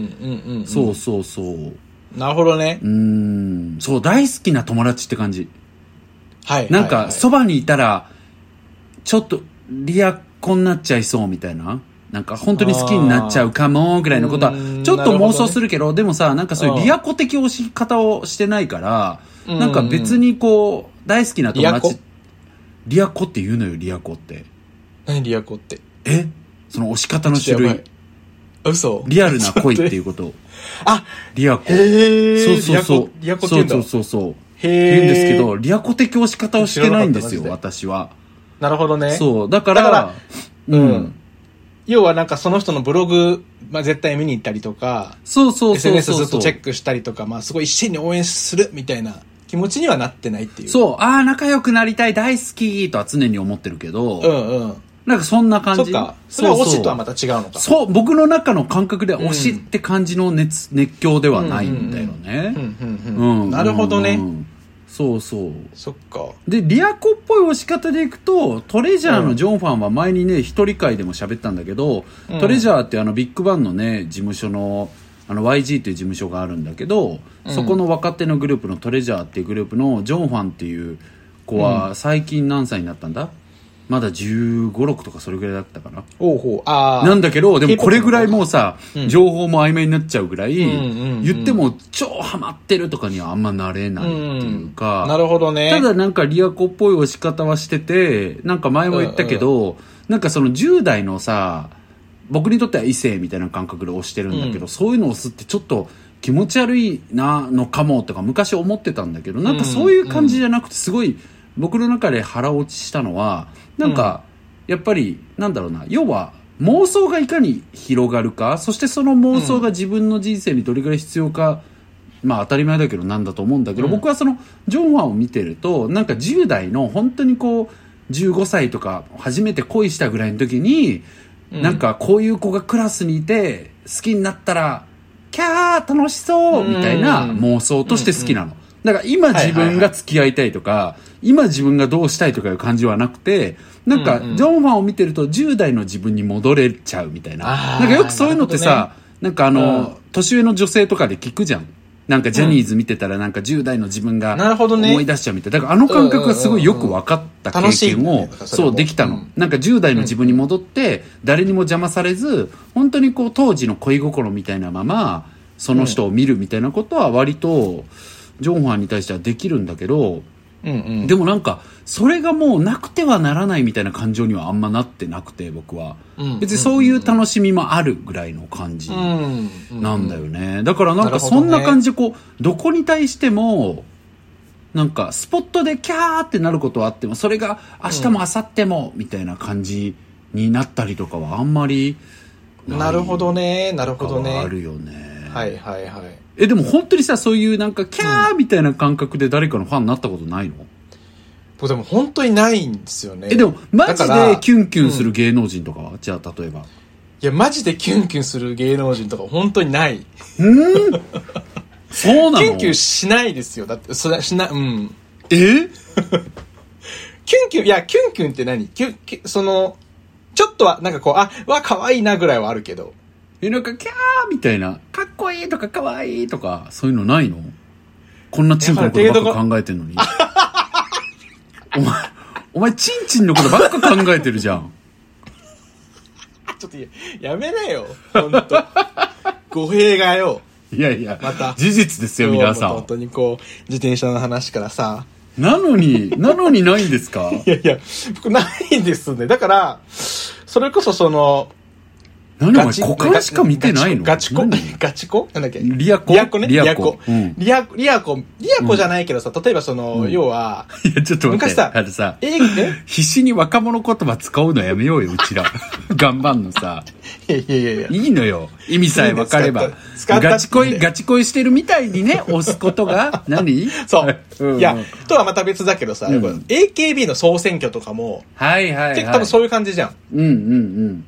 [SPEAKER 1] んうん。
[SPEAKER 2] そうそうそう。う
[SPEAKER 1] うん。なるほどね。
[SPEAKER 2] ーん、そう、大好きな友達って感じ。
[SPEAKER 1] はい。
[SPEAKER 2] なん
[SPEAKER 1] はいは
[SPEAKER 2] か、
[SPEAKER 1] い
[SPEAKER 2] そばにいたら、ちょっと、リアコになっちゃいそうみたいな。なんか、本当に好きになっちゃうかも、ぐらいのことは
[SPEAKER 1] うー、ん
[SPEAKER 2] ちょっ
[SPEAKER 1] な
[SPEAKER 2] と
[SPEAKER 1] るほど
[SPEAKER 2] 妄
[SPEAKER 1] ね
[SPEAKER 2] 想するけど、でもさ、なんかそういうリアコ的押し方をしてないから、
[SPEAKER 1] うん
[SPEAKER 2] なんか別にこう、大好きな友達、
[SPEAKER 1] リアコ
[SPEAKER 2] リアコって言うのよ、リアコって。
[SPEAKER 1] 何リアコって。
[SPEAKER 2] えその押し方の
[SPEAKER 1] ちょ
[SPEAKER 2] 種
[SPEAKER 1] っとやば
[SPEAKER 2] 類
[SPEAKER 1] い。。嘘
[SPEAKER 2] リアルな恋っていうこと。
[SPEAKER 1] あ、
[SPEAKER 2] リアコ。
[SPEAKER 1] へ
[SPEAKER 2] そ
[SPEAKER 1] ー
[SPEAKER 2] うそうそう。
[SPEAKER 1] リアコリアコって言うんだ
[SPEAKER 2] そうそうそうそう。
[SPEAKER 1] へー
[SPEAKER 2] 言うんですけど、リアコ的押し方をしてないんですよ、
[SPEAKER 1] 知らなかった
[SPEAKER 2] 私は。
[SPEAKER 1] なるほどね。
[SPEAKER 2] そう。だから、
[SPEAKER 1] だから
[SPEAKER 2] う。
[SPEAKER 1] うんん要はなんかその人のブログ、まあ、絶対見に行ったりとか、
[SPEAKER 2] そうそうそうそう。
[SPEAKER 1] SNS ずっとチェックしたりとか、まあすごい一心に応援するみたいな気持ちにはなってないっていう。う。
[SPEAKER 2] そう。ああ、仲良くなりたい、大好きとは常に思ってるけど、
[SPEAKER 1] うんうん。
[SPEAKER 2] なんかそんな感
[SPEAKER 1] そ
[SPEAKER 2] じ。
[SPEAKER 1] っか。それは推しとはま
[SPEAKER 2] た
[SPEAKER 1] た違うのか。
[SPEAKER 2] そうそう、僕の中の感覚では
[SPEAKER 1] うん
[SPEAKER 2] 推しって感じの熱、熱狂ではないんだよ
[SPEAKER 1] う
[SPEAKER 2] ね。
[SPEAKER 1] んうん
[SPEAKER 2] う
[SPEAKER 1] うん
[SPEAKER 2] ん。
[SPEAKER 1] なるほどね。
[SPEAKER 2] うんそうそう。
[SPEAKER 1] そっか。
[SPEAKER 2] で、リアコっぽい押し方でいくと、トレジャーのジョンファンは前にね、一人会でも喋ったんだけど、
[SPEAKER 1] うん
[SPEAKER 2] トレジャーってあのビッグバンのね、事務所の、あの YG という事務所があるんだけど、
[SPEAKER 1] うん
[SPEAKER 2] そこの若手のグループのトレジャーっていうグループのジョンファンっていう子は最近何歳になったんだまだ15、6とかそれぐらいだったかな。
[SPEAKER 1] おうほう。ああ。
[SPEAKER 2] なんだけど、でもこれぐらいもうさ、
[SPEAKER 1] うん
[SPEAKER 2] 情報も曖昧になっちゃうぐらい、
[SPEAKER 1] うんうんうん
[SPEAKER 2] 言っても超ハマってるとかにはあんまなれないっていうか、
[SPEAKER 1] なるほどね。
[SPEAKER 2] ただなんかリアコっぽい押し方はしてて、なんか前も言ったけど、なんかその10代のさ、僕にとっては異性みたいな感覚で押してるんだけど、
[SPEAKER 1] う
[SPEAKER 2] そういうのを押すってちょっと気持ち悪いなのかもとか昔思ってたんだけど、なんかそういう感じじゃなくてすごい僕の中で腹落ちしたのは、なんかやっぱりなんだろうな、要は妄想がいかに広がるか、そしてその妄想が自分の人生にどれぐらい必要か、まあ当たり前だけどなんだと思うんだけど、
[SPEAKER 1] うん
[SPEAKER 2] 僕はそのジョンワンを見てるとなんか10代の本当にこう15歳とか初めて恋したぐらいの時に、
[SPEAKER 1] うん
[SPEAKER 2] なんかこういう子がクラスにいて好きになったらキャー楽しそうみたいな
[SPEAKER 1] うん
[SPEAKER 2] 妄想として好きなの。だから今自分が付き合いたいとか、今自分がどうしたいとかいう感じはなくて、なんか
[SPEAKER 1] うんうん
[SPEAKER 2] ジョンファンを見てると10代の自分に戻れちゃうみたいな。
[SPEAKER 1] あー
[SPEAKER 2] なんかよくそういうのって
[SPEAKER 1] なるほど
[SPEAKER 2] さ、なんかあの、
[SPEAKER 1] うん
[SPEAKER 2] 年上の女性とかで聞くじゃん。なんかジャニーズ見てたらなんか10代の自分が
[SPEAKER 1] なるほどね
[SPEAKER 2] 思い出しちゃうみたいな。だからあの感覚がすごいよく分かった経
[SPEAKER 1] 楽しい
[SPEAKER 2] 験
[SPEAKER 1] んだ
[SPEAKER 2] を
[SPEAKER 1] ねだからそれ
[SPEAKER 2] そ
[SPEAKER 1] も
[SPEAKER 2] うできた
[SPEAKER 1] う
[SPEAKER 2] の
[SPEAKER 1] ん。
[SPEAKER 2] なんか10代の自分に戻って誰にも邪魔されず、本当にこう当時の恋心みたいなまま、その人を見るみたいなことは割とジョンファンに対してはできるんだけど、
[SPEAKER 1] うんうん。
[SPEAKER 2] でもなんか、それがもうなくてはならないみたいな感情にはあんまなってなくて、僕は。
[SPEAKER 1] うん
[SPEAKER 2] 別にそういう楽しみもあるぐらいの感じ
[SPEAKER 1] うん。
[SPEAKER 2] なんだよね。だからなん
[SPEAKER 1] なる
[SPEAKER 2] か
[SPEAKER 1] ほどね
[SPEAKER 2] そんな感じ、こう、どこに対しても、なんかスポットでキャーってなることはあっても、それが明日も明後日も、みたいな感じになったりとかはあんまりい
[SPEAKER 1] なるほどね。なるほど
[SPEAKER 2] とかは
[SPEAKER 1] ね
[SPEAKER 2] あ。るよね。
[SPEAKER 1] はいはいはい。
[SPEAKER 2] え、でも本当にさ、そういうなんかキャーみたいな感覚で誰かのファンになったことないの、
[SPEAKER 1] 僕でも本当にないんですよね。
[SPEAKER 2] え、でも、マジ
[SPEAKER 1] だから
[SPEAKER 2] でキュンキュンする芸能人とかは、じゃあ、例えば。
[SPEAKER 1] いや、マジでキュンキュンする芸能人とか本当にない。
[SPEAKER 2] うん そうなの
[SPEAKER 1] キュンキュンしないですよ。だって、それしな、うん。
[SPEAKER 2] え
[SPEAKER 1] キュンキュン、いや、キュンキュンって何キュン、キュンその、ちょっとは、なんかこう、あ、わ、可愛いなぐらいはあるけど。
[SPEAKER 2] え、なんか、キャーみたいな、かっこいいとか、かわいいとか、そういうのないのこんなチンコのことばっか考えてんのに。お前、お前、チンチンのことばっか考えてるじゃん。
[SPEAKER 1] あちょっとや、やめなよ。ほ んと。語弊がよ。
[SPEAKER 2] いやいや、
[SPEAKER 1] また
[SPEAKER 2] 事実ですよ、皆さ
[SPEAKER 1] 本
[SPEAKER 2] ん。
[SPEAKER 1] 当にこう、自転車の話からさ。
[SPEAKER 2] なのに、なのにないんですか
[SPEAKER 1] いやいや、僕ないですね。だから、それこそその、
[SPEAKER 2] 何お前、股間しか見てないの
[SPEAKER 1] ガチコ
[SPEAKER 2] 何、
[SPEAKER 1] ガチコなんだっけ
[SPEAKER 2] リアコ
[SPEAKER 1] リアコね。
[SPEAKER 2] リ
[SPEAKER 1] リ
[SPEAKER 2] ア
[SPEAKER 1] ア
[SPEAKER 2] コ
[SPEAKER 1] コ。
[SPEAKER 2] うん
[SPEAKER 1] リアコ、リアコ、リアコじゃないけどさ、例えばその、要は、
[SPEAKER 2] いや、ちょっと待っ
[SPEAKER 1] 昔
[SPEAKER 2] て。
[SPEAKER 1] さ
[SPEAKER 2] あれさ、
[SPEAKER 1] え、え
[SPEAKER 2] 必死に若者言葉使うのやめようよ、うちら。頑張んのさ。
[SPEAKER 1] いやいやいやいや。
[SPEAKER 2] いいのよ。意味さえ分かれば。
[SPEAKER 1] 使った
[SPEAKER 2] ガチ恋、
[SPEAKER 1] 使った
[SPEAKER 2] ガチ恋してるみたいにね、押すこと が何、
[SPEAKER 1] そう。
[SPEAKER 2] ん
[SPEAKER 1] いや、とはまた別だけどさ、
[SPEAKER 2] うん
[SPEAKER 1] AKB の総選挙とかも、
[SPEAKER 2] はいはい、はい。
[SPEAKER 1] 結構多分そういう感じじゃん。だか
[SPEAKER 2] うんうん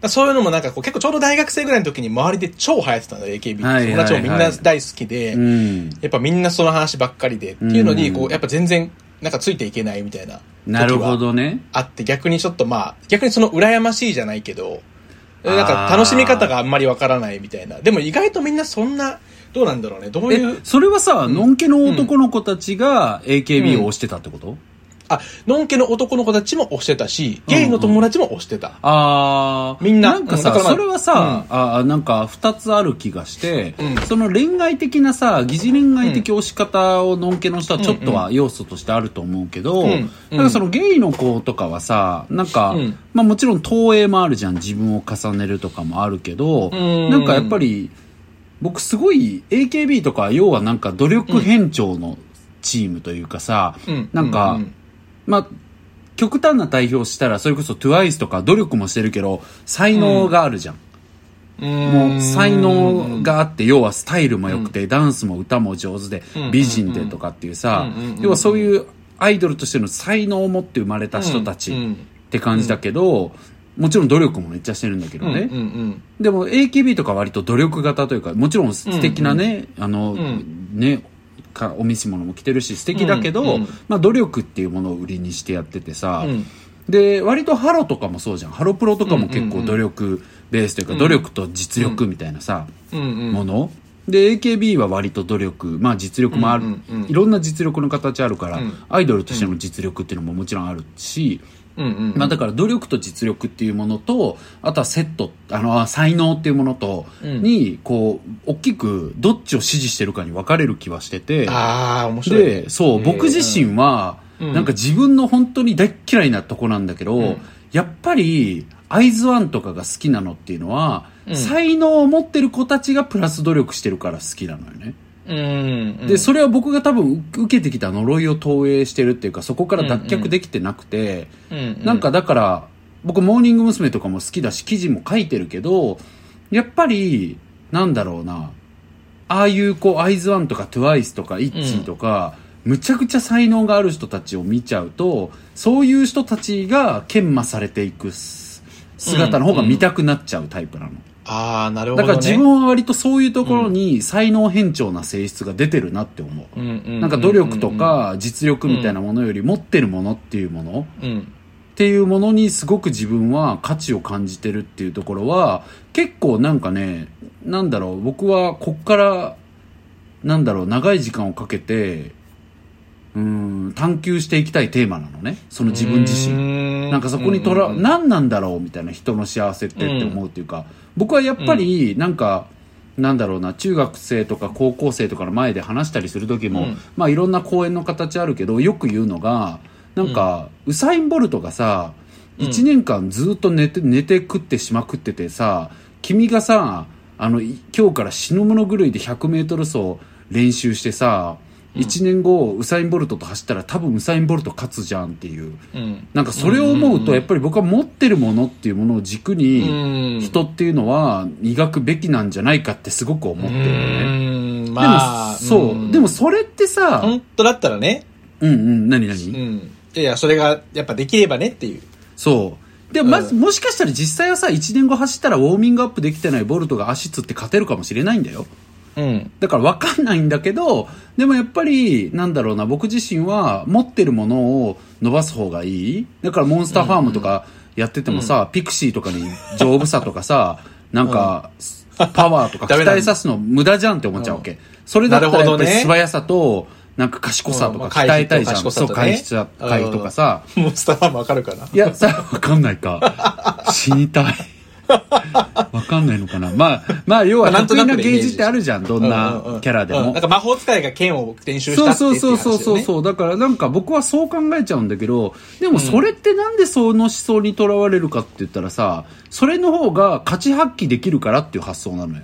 [SPEAKER 1] らそういうのもなんかこう結構ちょうど大学生ぐらいの時に周りで超流行ってたんだよ、AKB
[SPEAKER 2] はいはいは
[SPEAKER 1] っ
[SPEAKER 2] い
[SPEAKER 1] て。友達もみんな大好きで、
[SPEAKER 2] うん。うん。
[SPEAKER 1] やっぱみんなその話ばっかりで、っていうのに、
[SPEAKER 2] うん
[SPEAKER 1] こう、やっぱ全然、なんかついていけないみたいな。
[SPEAKER 2] なるほ。どね。
[SPEAKER 1] あって、逆にちょっとまあ、逆にその羨ましいじゃないけど、なんか楽しみ方があんまりわからないみたいな。でも意外とみんなそんな、どうなんだろうね、どうい
[SPEAKER 2] え
[SPEAKER 1] う、、
[SPEAKER 2] それはさ、のんけの男の子たちが AKB を押してたってこと、
[SPEAKER 1] あ、のんけの男の子たちも推してたし、ゲイの友達も推してた。
[SPEAKER 2] あー
[SPEAKER 1] みんな
[SPEAKER 2] なんかさ、
[SPEAKER 1] うんだからまあ
[SPEAKER 2] それはさ、あーなんか二つある気がして、
[SPEAKER 1] うん
[SPEAKER 2] その恋愛的なさ疑似恋愛的押し方をのんけの人はちょっとは要素としてあると思うけど、
[SPEAKER 1] うんうん
[SPEAKER 2] なんかそのゲイの子とかはさなんか、
[SPEAKER 1] うん
[SPEAKER 2] まあ、もちろん投影もあるじゃん自分を重ねるとかもあるけど、
[SPEAKER 1] ん
[SPEAKER 2] なんかやっぱり僕すごい AKB とか要はなんか努力偏重のチームというかさ、
[SPEAKER 1] うん
[SPEAKER 2] なんか、
[SPEAKER 1] うん
[SPEAKER 2] まあ、極端な代表したら、それこそ TWICE とか努力もしてるけど、才能があるじゃん。もう才能、があって、要はスタイルも良くて、ダンスも歌も上手で
[SPEAKER 1] うん、
[SPEAKER 2] 美人でとかっていうさ
[SPEAKER 1] うんうんう、ん
[SPEAKER 2] 要はそういうアイドルとしての才能を持って生まれた人た
[SPEAKER 1] うん
[SPEAKER 2] ちって感じだけど、もちろん努力もめっちゃしてるんだけど
[SPEAKER 1] うんうん
[SPEAKER 2] ね。
[SPEAKER 1] うん
[SPEAKER 2] でも AKB とか割と努力型というかもちろん素敵なね、あの、
[SPEAKER 1] ん
[SPEAKER 2] ねかお召し物も着てるし素敵だけど、
[SPEAKER 1] うんうん
[SPEAKER 2] まあ、努力っていうものを売りにしてやっててさ、
[SPEAKER 1] うん
[SPEAKER 2] で割とハロとかもそうじゃんハロプロとかも結構努力ベースというか、努力と実力みたいなさ、
[SPEAKER 1] うんうん
[SPEAKER 2] もので AKB は割と努力まあ実力もある、
[SPEAKER 1] うんうんうん
[SPEAKER 2] いろんな実力の形あるから、
[SPEAKER 1] うん
[SPEAKER 2] アイドルとしての実力っていうのももちろんあるし、
[SPEAKER 1] うんうん
[SPEAKER 2] まあ、だから努力と実力っていうものとあとはセットあの才能っていうものと
[SPEAKER 1] うん
[SPEAKER 2] にこう大きくどっちを支持してるかに分かれる気はしてて
[SPEAKER 1] ああ、面白いね。
[SPEAKER 2] でそう
[SPEAKER 1] えー
[SPEAKER 2] 僕自身は
[SPEAKER 1] うん
[SPEAKER 2] なんか自分の本当に大っ嫌いなとこなんだけど、
[SPEAKER 1] うん
[SPEAKER 2] やっぱりアイズワンとかが好きなのっていうのは、
[SPEAKER 1] うん
[SPEAKER 2] 才能を持ってる子たちがプラス努力してるから好きなのよね。
[SPEAKER 1] うん。
[SPEAKER 2] で、それは僕が多分う受けてきた呪いを投影してるっていうか、そこから脱却できてなくて、
[SPEAKER 1] うん、
[SPEAKER 2] なんかだから、僕、モーニング娘。とかも好きだし、記事も書いてるけど、やっぱり、なんだろうな、ああいう、こう、アイズワンとか、トゥワイスとか、イッチーとか、むちゃくちゃ才能がある人たちを見ちゃうと、そういう人たちが研磨されていくす姿の方が見たくなっちゃうタイプなの。
[SPEAKER 1] ああ、なるほ
[SPEAKER 2] だ
[SPEAKER 1] ど、
[SPEAKER 2] から
[SPEAKER 1] ね。
[SPEAKER 2] 自分は割とそういうところに才能偏重な性質が出てるなって思う。
[SPEAKER 1] 分
[SPEAKER 2] なんか努力と、か実力みたいなものより持ってるものっていうもの、
[SPEAKER 1] うんうん
[SPEAKER 2] っていうものにすごく自分は価値を感じてるっていうところは結構なんかねなんだろう僕はこっからなんだろう長い時間をかけてうーん探求していきたいテーマなのねその自分自身
[SPEAKER 1] 身
[SPEAKER 2] なんかそこにとら、何なんだろうみたいな人の幸せってって思うっていうか、僕はやっぱりなんかなんだろうな中学生とか高校生とかの前で話したりする時も、
[SPEAKER 1] うん
[SPEAKER 2] まあいろんな公演の形あるけどよく言うのがなんか、ウサイン・ボルトがさ
[SPEAKER 1] うん
[SPEAKER 2] 1年間ずっと寝て寝て食ってしまくっててさ君がさあのい今日から死ぬもの狂いで 100m 走練習してさ1年後ウサイン・ボルトと走ったら多分ウサイン・ボルト勝つじゃんっていう
[SPEAKER 1] うん。
[SPEAKER 2] なんかそれを思うとやっぱり僕は持ってるものっていうものを軸に、
[SPEAKER 1] うん。
[SPEAKER 2] 人っていうのは磨くべきなんじゃないかってすごく思ってるよね。
[SPEAKER 1] うん。まあ、
[SPEAKER 2] でも、そう。
[SPEAKER 1] ん
[SPEAKER 2] でも、それってさ、
[SPEAKER 1] 本当だったらね、
[SPEAKER 2] うんうん、何
[SPEAKER 1] うん。
[SPEAKER 2] 何
[SPEAKER 1] いやいや、それが、やっぱできればねっていう。
[SPEAKER 2] そう。でも、まず、
[SPEAKER 1] う
[SPEAKER 2] もしかしたら実際はさ、1年後走ったらウォーミングアップできてないボルトが足つって勝てるかもしれないんだよ。
[SPEAKER 1] うん。
[SPEAKER 2] だから分かんないんだけど、でもやっぱり、なんだろうな、僕自身は持ってるものを伸ばす方がいい。だからモンスターファームとかやっててもさ、ピクシーとかに丈夫さとか さ、なんか、パワーとか
[SPEAKER 1] ダ
[SPEAKER 2] 期
[SPEAKER 1] メなんだ
[SPEAKER 2] 待さすの無駄じゃんって思っちゃうわけ。それだったらやっぱり
[SPEAKER 1] なるほどね
[SPEAKER 2] 素早さと、なんか賢さと
[SPEAKER 1] うんま
[SPEAKER 2] か
[SPEAKER 1] あ
[SPEAKER 2] 鍛えたいじゃん。
[SPEAKER 1] 回避と
[SPEAKER 2] そう、回避者
[SPEAKER 1] 賢さとね
[SPEAKER 2] 回避とかさ。
[SPEAKER 1] もうスターもわかるかない
[SPEAKER 2] や、さ、わかんない か。死にたい。わかんないのかな。まあ、まあ、要は
[SPEAKER 1] まあなんと
[SPEAKER 2] 得意
[SPEAKER 1] な
[SPEAKER 2] な
[SPEAKER 1] くで
[SPEAKER 2] ゲージってあるじゃん。どん
[SPEAKER 1] ううう
[SPEAKER 2] なんキャラで
[SPEAKER 1] う
[SPEAKER 2] も
[SPEAKER 1] んなん。か魔法使いが剣を練習し
[SPEAKER 2] そ
[SPEAKER 1] た
[SPEAKER 2] う
[SPEAKER 1] って
[SPEAKER 2] そ
[SPEAKER 1] いうって
[SPEAKER 2] そう
[SPEAKER 1] いう話だよね。
[SPEAKER 2] そうそうそう、だからなんか僕はそう考えちゃうんだけどでもそれってなんでその思想にとらわれるかって言ったらさそれの方が価値発揮できるからっていう発想なのよ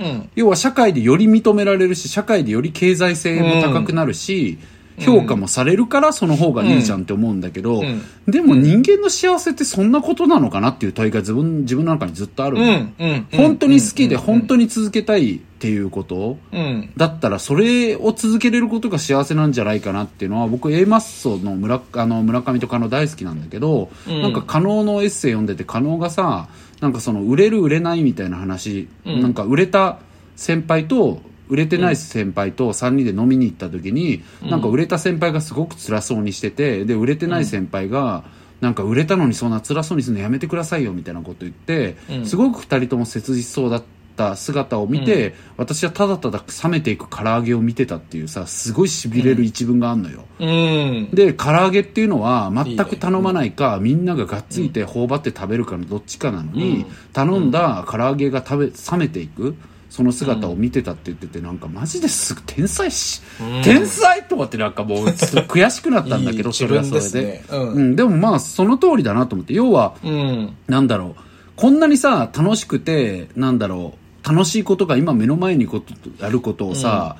[SPEAKER 1] うん。
[SPEAKER 2] 要は社会でより認められるし社会でより経済性も高くなるし、評価もされるからその方がいいじゃんって思うんだけど、
[SPEAKER 1] うん
[SPEAKER 2] でも人間の幸せってそんなことなのかなっていう問いが自分自分の中にずっとある
[SPEAKER 1] う
[SPEAKER 2] の、
[SPEAKER 1] ん。うん。
[SPEAKER 2] 本当に好きで本
[SPEAKER 1] に。
[SPEAKER 2] 当に続けたいっていうこと、
[SPEAKER 1] うん。
[SPEAKER 2] だったらそれを続けれることが幸せなんじゃないかなっていうのは僕 A マッソの村あの村上と加納大好きなんだけど、
[SPEAKER 1] うん
[SPEAKER 2] なんか加納のエッセイ読んでて加納がさなんかその売れる売れないみたいな話、
[SPEAKER 1] うん
[SPEAKER 2] なんか売れた先輩と売れてない先輩と3人で飲みに行った時に、
[SPEAKER 1] うん
[SPEAKER 2] なんか売れた先輩がすごく辛そうにしててで売れてない先輩が、なんか売れたのにそんな辛そうにするのやめてくださいよみたいなこと言って、
[SPEAKER 1] うん
[SPEAKER 2] すごく2人とも切実そうだった姿を見て、私はただただ冷めていく唐揚げを見てたっていうさすごいしびれる一文があんのよ、
[SPEAKER 1] うん。
[SPEAKER 2] で唐揚げっていうのは全
[SPEAKER 1] い
[SPEAKER 2] く
[SPEAKER 1] ね
[SPEAKER 2] 頼まないかみんなががっついて頬張って食べるかのどっちかなのに、
[SPEAKER 1] うん
[SPEAKER 2] 頼んだ唐揚げが食べ冷めていくその姿を見てたって言っててなんかマジです天才し、
[SPEAKER 1] うん
[SPEAKER 2] 天才とかってなんかもうちょっと悔しくなったんだけど
[SPEAKER 1] いい
[SPEAKER 2] それはそれで
[SPEAKER 1] 自分ですねう。
[SPEAKER 2] うんん、でもまあその通りだなと思って要は
[SPEAKER 1] うん。
[SPEAKER 2] なんだろう。こんなにさ、楽しくて、なんだろう。楽しいことが今目の前にこと、あることをさ、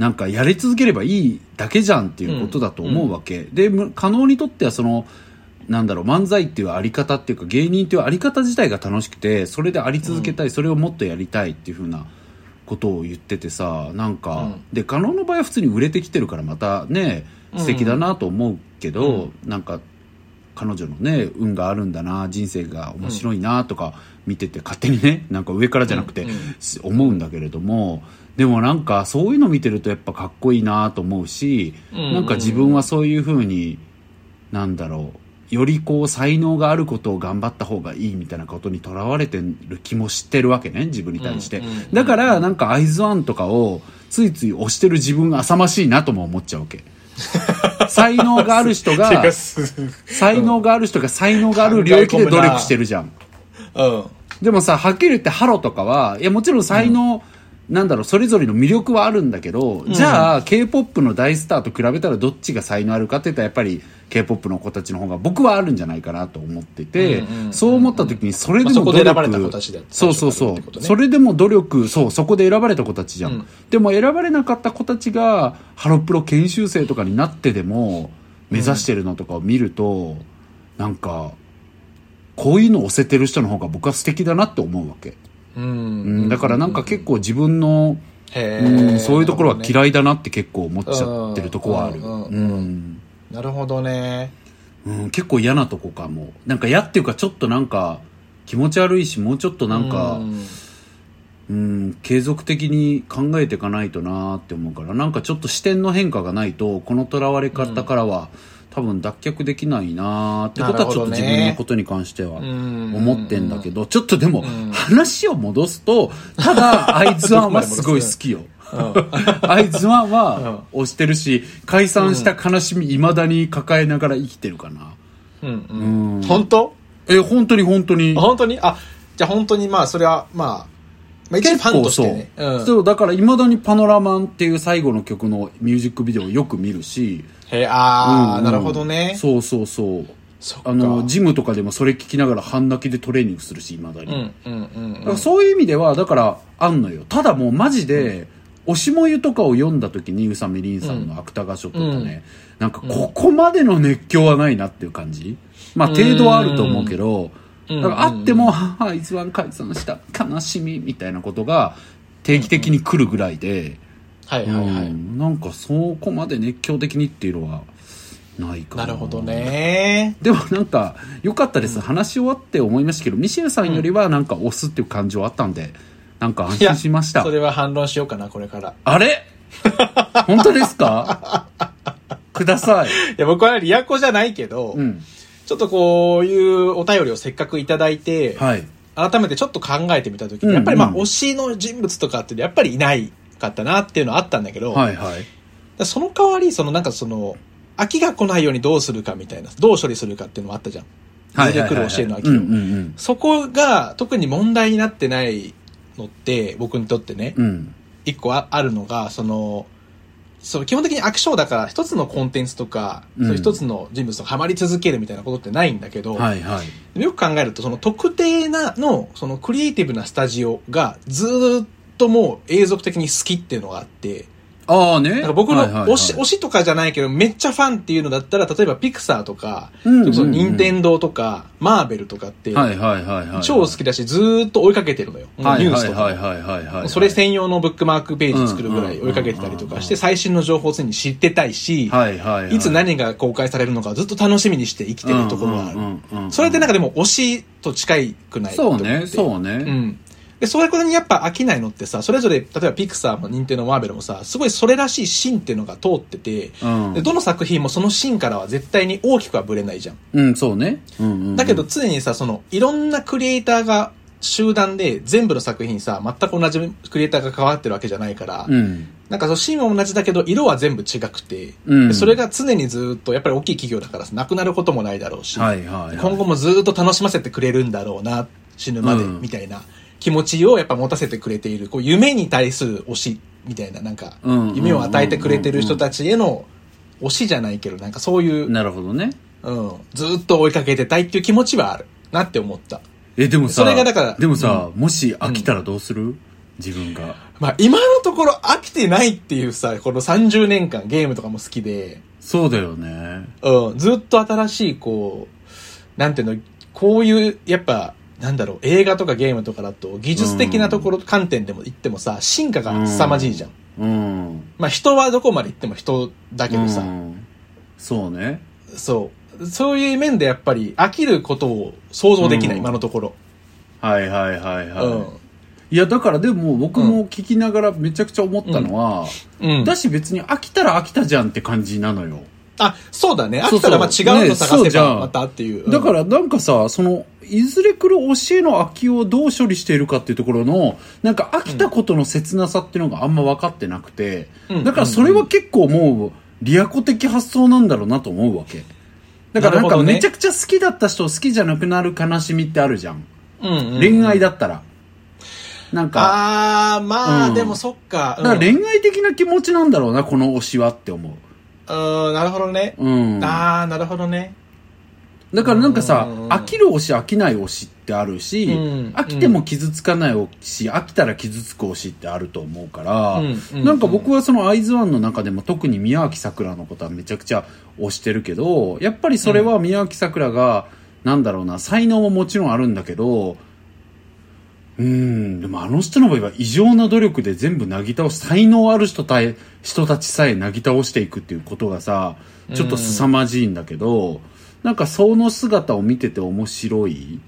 [SPEAKER 2] なんかやり続ければいいだけじゃんっていうことだと思うわけ。で、む可能にとってはその、なんだろう、漫才っていうあり方っていうか、芸人っていうあり方自体が楽しくて、それであり続けたい、それをもっとやりたいっていうふうなことを言っててさ、なんか、
[SPEAKER 1] うん
[SPEAKER 2] で、可能の場合は普通に売れてきてるからまたね、素敵だなと思うけど、なんか、彼女のね運があるんだな人生が面白いなとか見てて勝手にねなんか上からじゃなくて
[SPEAKER 1] うんうん
[SPEAKER 2] す思うんだけれどもでもなんかそういうの見てるとやっぱかっこいいなと思うし
[SPEAKER 1] うん
[SPEAKER 2] なんか自分はそういう風になんだろうよりこう才能があることを頑張った方がいいみたいなことにとらわれてる気もしてるわけね自分に対して
[SPEAKER 1] うんうんうん
[SPEAKER 2] だからなんかアイズワンとかをついつい押してる自分が浅ましいなとも思っちゃうわ け才能がある人が
[SPEAKER 1] てか、すぐ。
[SPEAKER 2] 才能がある人が才能がある領域で努力してるじゃん。
[SPEAKER 1] うん。
[SPEAKER 2] でもさ、はっきり言ってハロとかは、いやもちろん才能、なんだろう、それぞれの魅力はあるんだけど、じゃあ K-POP の大スターと比べたらどっちが才能あるかって言ったらやっぱり K-POP の子たちの方が僕はあるんじゃないかなと思ってて、
[SPEAKER 1] うんうんうん
[SPEAKER 2] そう思った時にそれで
[SPEAKER 1] まあそ
[SPEAKER 2] も
[SPEAKER 1] こ
[SPEAKER 2] 努
[SPEAKER 1] で
[SPEAKER 2] 力、
[SPEAKER 1] 選ばれた子たちだった
[SPEAKER 2] そうそうそ
[SPEAKER 1] 最初からってこと
[SPEAKER 2] う。
[SPEAKER 1] ね
[SPEAKER 2] それでも努力、そう、そこで選ばれた子たちじゃん。
[SPEAKER 1] うん
[SPEAKER 2] でも選ばれなかった子たちがハロプロ研修生とかになってでも目指してるのとかを見ると、なんか、こういうのを押せてる人の方が僕は素敵だなって思うわけ。う
[SPEAKER 1] う
[SPEAKER 2] ん、
[SPEAKER 1] ん。
[SPEAKER 2] だからなんか結構自分の、
[SPEAKER 1] へ
[SPEAKER 2] う
[SPEAKER 1] ー
[SPEAKER 2] ん、そういうところは
[SPEAKER 1] なるほどね
[SPEAKER 2] 嫌いだなって結構思っちゃってるとこはある。
[SPEAKER 1] うんうん
[SPEAKER 2] うん
[SPEAKER 1] なるほどね。
[SPEAKER 2] うん、結構嫌なとこかも。なんか嫌っていうかちょっとなんか気持ち悪いし、もうちょっとなんか、
[SPEAKER 1] う
[SPEAKER 2] うん、継続的に考えていかないとなーって思うからなんかちょっと視点の変化がないとこのとらわれ方からは、多分脱却できないなーってこと
[SPEAKER 1] なる
[SPEAKER 2] は
[SPEAKER 1] ほ
[SPEAKER 2] ちょっと
[SPEAKER 1] どね
[SPEAKER 2] 自分のことに関しては
[SPEAKER 1] ん
[SPEAKER 2] 思ってんだけど、ちょっとでも、
[SPEAKER 1] ん
[SPEAKER 2] 話を戻すとただアイズワンはすごい好きよ。アイズワンは推してるし解散した悲しみ未だに抱えながら生きてるかな。
[SPEAKER 1] うんう。
[SPEAKER 2] うんん、
[SPEAKER 1] 本当
[SPEAKER 2] え本当に本当に
[SPEAKER 1] 本当にあ、じゃあ本当にまあ、それはまあ、まあ、一応ファンとしてね。
[SPEAKER 2] そう,、
[SPEAKER 1] ん。
[SPEAKER 2] そうだからいまだに「パノラマン」っていう最後の曲のミュージックビデオをよく見るし
[SPEAKER 1] へえ、あー、
[SPEAKER 2] うん
[SPEAKER 1] なるほどね。
[SPEAKER 2] そうそうそう
[SPEAKER 1] そっか
[SPEAKER 2] あのジムとかでもそれ聞きながら半泣きでトレーニングするしいまだに、
[SPEAKER 1] うん
[SPEAKER 2] だ
[SPEAKER 1] うんうんうん。
[SPEAKER 2] からそういう意味ではだからあんのよただもうマジで、推しもゆとかを読んだ時に宇佐美凛さんの芥川賞とかね、なんかここまでの熱狂はないなっていう感じまあ程度はあると思うけど、
[SPEAKER 1] うん
[SPEAKER 2] だからあっても「はは、いつわん解散した悲しみ」みたいなことが定期的に来るぐらいで、
[SPEAKER 1] はいはいはい。
[SPEAKER 2] うんなんかそこまで熱狂的にっていうのはないかな
[SPEAKER 1] なるほどね。
[SPEAKER 2] でもなんか良かったです、話し終わって思いましたけどミシェルさんよりはなんか押すっていう感情あったんでなんか安
[SPEAKER 1] いや
[SPEAKER 2] 心しました
[SPEAKER 1] それは反論しようかな、これから。
[SPEAKER 2] あ れ本当ですかください、
[SPEAKER 1] いや、僕はリアコじゃないけど、
[SPEAKER 2] うん、
[SPEAKER 1] ちょっとこういうお便りをせっかくいただいて、
[SPEAKER 2] はい
[SPEAKER 1] 改めてちょっと考えてみたとき
[SPEAKER 2] うんうん
[SPEAKER 1] に、やっぱりまあ、推しの人物とかって、やっぱりいないかったなっていうのはあったんだけど、
[SPEAKER 2] はいはい
[SPEAKER 1] その代わり、そのなんかその、飽きが来ないようにどうするかみたいな、どう処理するかっていうのもあったじゃん。
[SPEAKER 2] はい
[SPEAKER 1] 出て
[SPEAKER 2] はい
[SPEAKER 1] く
[SPEAKER 2] はい
[SPEAKER 1] る
[SPEAKER 2] はい
[SPEAKER 1] 教えの秋
[SPEAKER 2] う
[SPEAKER 1] を
[SPEAKER 2] んうん
[SPEAKER 1] そこが特に問題になってないのって、僕にとってね、
[SPEAKER 2] うんうん
[SPEAKER 1] 一個ああるのが、その、その基本的に飽き性だから一つのコンテンツとか、
[SPEAKER 2] うん
[SPEAKER 1] そういう一つの人物とかハマり続けるみたいなことってないんだけど、
[SPEAKER 2] はいはい
[SPEAKER 1] よく考えるとその特定なのそのクリエイティブなスタジオがずーっともう永続的に好きっていうのがあって
[SPEAKER 2] ああね
[SPEAKER 1] なんか僕の
[SPEAKER 2] はいはいはい
[SPEAKER 1] 推し,、推しとかじゃないけどめっちゃファンっていうのだったら例えばピクサーとか、
[SPEAKER 2] うんうんうん
[SPEAKER 1] それこそ任天堂とかマーベルとかって
[SPEAKER 2] はいはいはいはい
[SPEAKER 1] 超好きだしずーっと追いかけてるのよ、もう
[SPEAKER 2] はい
[SPEAKER 1] ニュー
[SPEAKER 2] は
[SPEAKER 1] ス
[SPEAKER 2] い
[SPEAKER 1] と
[SPEAKER 2] は
[SPEAKER 1] か
[SPEAKER 2] い
[SPEAKER 1] も。
[SPEAKER 2] はいはいはい
[SPEAKER 1] それ専用のブックマークページ作るぐらい追いかけてたりとかして、最新の情報を常に知ってたいし、
[SPEAKER 2] はいはいはい
[SPEAKER 1] いつ何が公開されるのかずっと楽しみにして生きてるところがある。
[SPEAKER 2] る
[SPEAKER 1] それでな
[SPEAKER 2] か
[SPEAKER 1] んかでも推しと近いくない
[SPEAKER 2] そうね
[SPEAKER 1] う。
[SPEAKER 2] そうね、
[SPEAKER 1] うん。で、そういうことにやっぱ飽きないのってさ、それぞれ、例えばピクサーも認定のマーベルもさ、すごいそれらしい芯っていうのが通ってて、
[SPEAKER 2] うん
[SPEAKER 1] でどの作品もその芯からは絶対に大きくはぶれないじゃん。
[SPEAKER 2] うん、そうね。うんうんうん
[SPEAKER 1] だけど、常にさ、その、いろんなクリエイターが集団で全部の作品さ、全く同じクリエイターが関わってるわけじゃないから、
[SPEAKER 2] うん。
[SPEAKER 1] なんかその芯は同じだけど、色は全部違くて、
[SPEAKER 2] うん
[SPEAKER 1] でそれが常にずっと、やっぱり大きい企業だからさ、なくなることもないだろうし、
[SPEAKER 2] はいはいはい。
[SPEAKER 1] 今後もずっと楽しませてくれるんだろうな、死ぬまで、
[SPEAKER 2] うん
[SPEAKER 1] みたいな気持ちをやっぱ持たせてくれている、こう夢に対する推し、みたいな、なんか
[SPEAKER 2] うん、
[SPEAKER 1] 夢を与えてくれてる人たちへの推しじゃないけど、なんかそういう、
[SPEAKER 2] なるほどね。
[SPEAKER 1] うん、ずっと追いかけてたいっていう気持ちはあるなって思った。
[SPEAKER 2] え、でもさ、
[SPEAKER 1] それがだから
[SPEAKER 2] でもさ、もし飽きたらどうする自分が。
[SPEAKER 1] まあ今のところ飽きてないっていうさ、この30年間ゲームとかも好きで、
[SPEAKER 2] そうだよね。
[SPEAKER 1] うん、ずっと新しい、こう、なんていうの、こういう、やっぱ、なんだろう、映画とかゲームとかだと、技術的なところ、観点でも言ってもさ、進化が凄まじいじゃん。
[SPEAKER 2] うん。
[SPEAKER 1] まあ人はどこまで行っても人だけどさ、
[SPEAKER 2] うんそうね。
[SPEAKER 1] そう。そういう面でやっぱり飽きることを想像できない、
[SPEAKER 2] うん
[SPEAKER 1] 今のところ。
[SPEAKER 2] はいはいはいうは
[SPEAKER 1] ん。
[SPEAKER 2] い。いや、だからでも僕も聞きながらめちゃくちゃ思ったのは、
[SPEAKER 1] うん。
[SPEAKER 2] だし別に飽きたら飽きたじゃんって感じなのよ。
[SPEAKER 1] あ、そうだね。飽
[SPEAKER 2] そうそ
[SPEAKER 1] きた
[SPEAKER 2] う
[SPEAKER 1] らまあ違うの
[SPEAKER 2] ねそ
[SPEAKER 1] 探
[SPEAKER 2] う
[SPEAKER 1] せ
[SPEAKER 2] じゃ
[SPEAKER 1] ば
[SPEAKER 2] ん
[SPEAKER 1] またっていう。うん
[SPEAKER 2] だからなんかさ、その、いずれ来る教えの空きをどう処理しているかっていうところの、なんか飽きたことの切なさっていうのがあんま分かってなくて、
[SPEAKER 1] うん
[SPEAKER 2] だからそれは結構もう、リアコ的発想なんだろうなと思うわけ。だからなん
[SPEAKER 1] なるほ
[SPEAKER 2] か
[SPEAKER 1] どね
[SPEAKER 2] めちゃくちゃ好きだった人を好きじゃなくなる悲しみってあるじゃん。
[SPEAKER 1] うんうん
[SPEAKER 2] 恋愛だったら。なんか、
[SPEAKER 1] ああ、まあ、
[SPEAKER 2] うん
[SPEAKER 1] でもそっか。う
[SPEAKER 2] だ
[SPEAKER 1] ん
[SPEAKER 2] から恋愛的な気持ちなんだろうな、この推しはって思う。
[SPEAKER 1] うん、なるほどね。
[SPEAKER 2] うん。
[SPEAKER 1] ああ、なるほどね。
[SPEAKER 2] だからなんかさ、
[SPEAKER 1] うん
[SPEAKER 2] 飽きる推し飽きない推しってあるし、
[SPEAKER 1] うん
[SPEAKER 2] 飽きても傷つかない推し飽きたら傷つく推しってあると思うから、
[SPEAKER 1] うんうん
[SPEAKER 2] なんか僕はその「アイズワンの中でも特に宮脇さくらのことはめちゃくちゃ推してるけどやっぱりそれは宮脇さくらが、なんだろうな才能ももちろんあるんだけどうんでもあの人の場合は異常な努力で全部なぎ倒す才能ある人た人たちさえなぎ倒していくっていうことがさちょっと凄まじいんだけど、なんかその姿を見てて面白い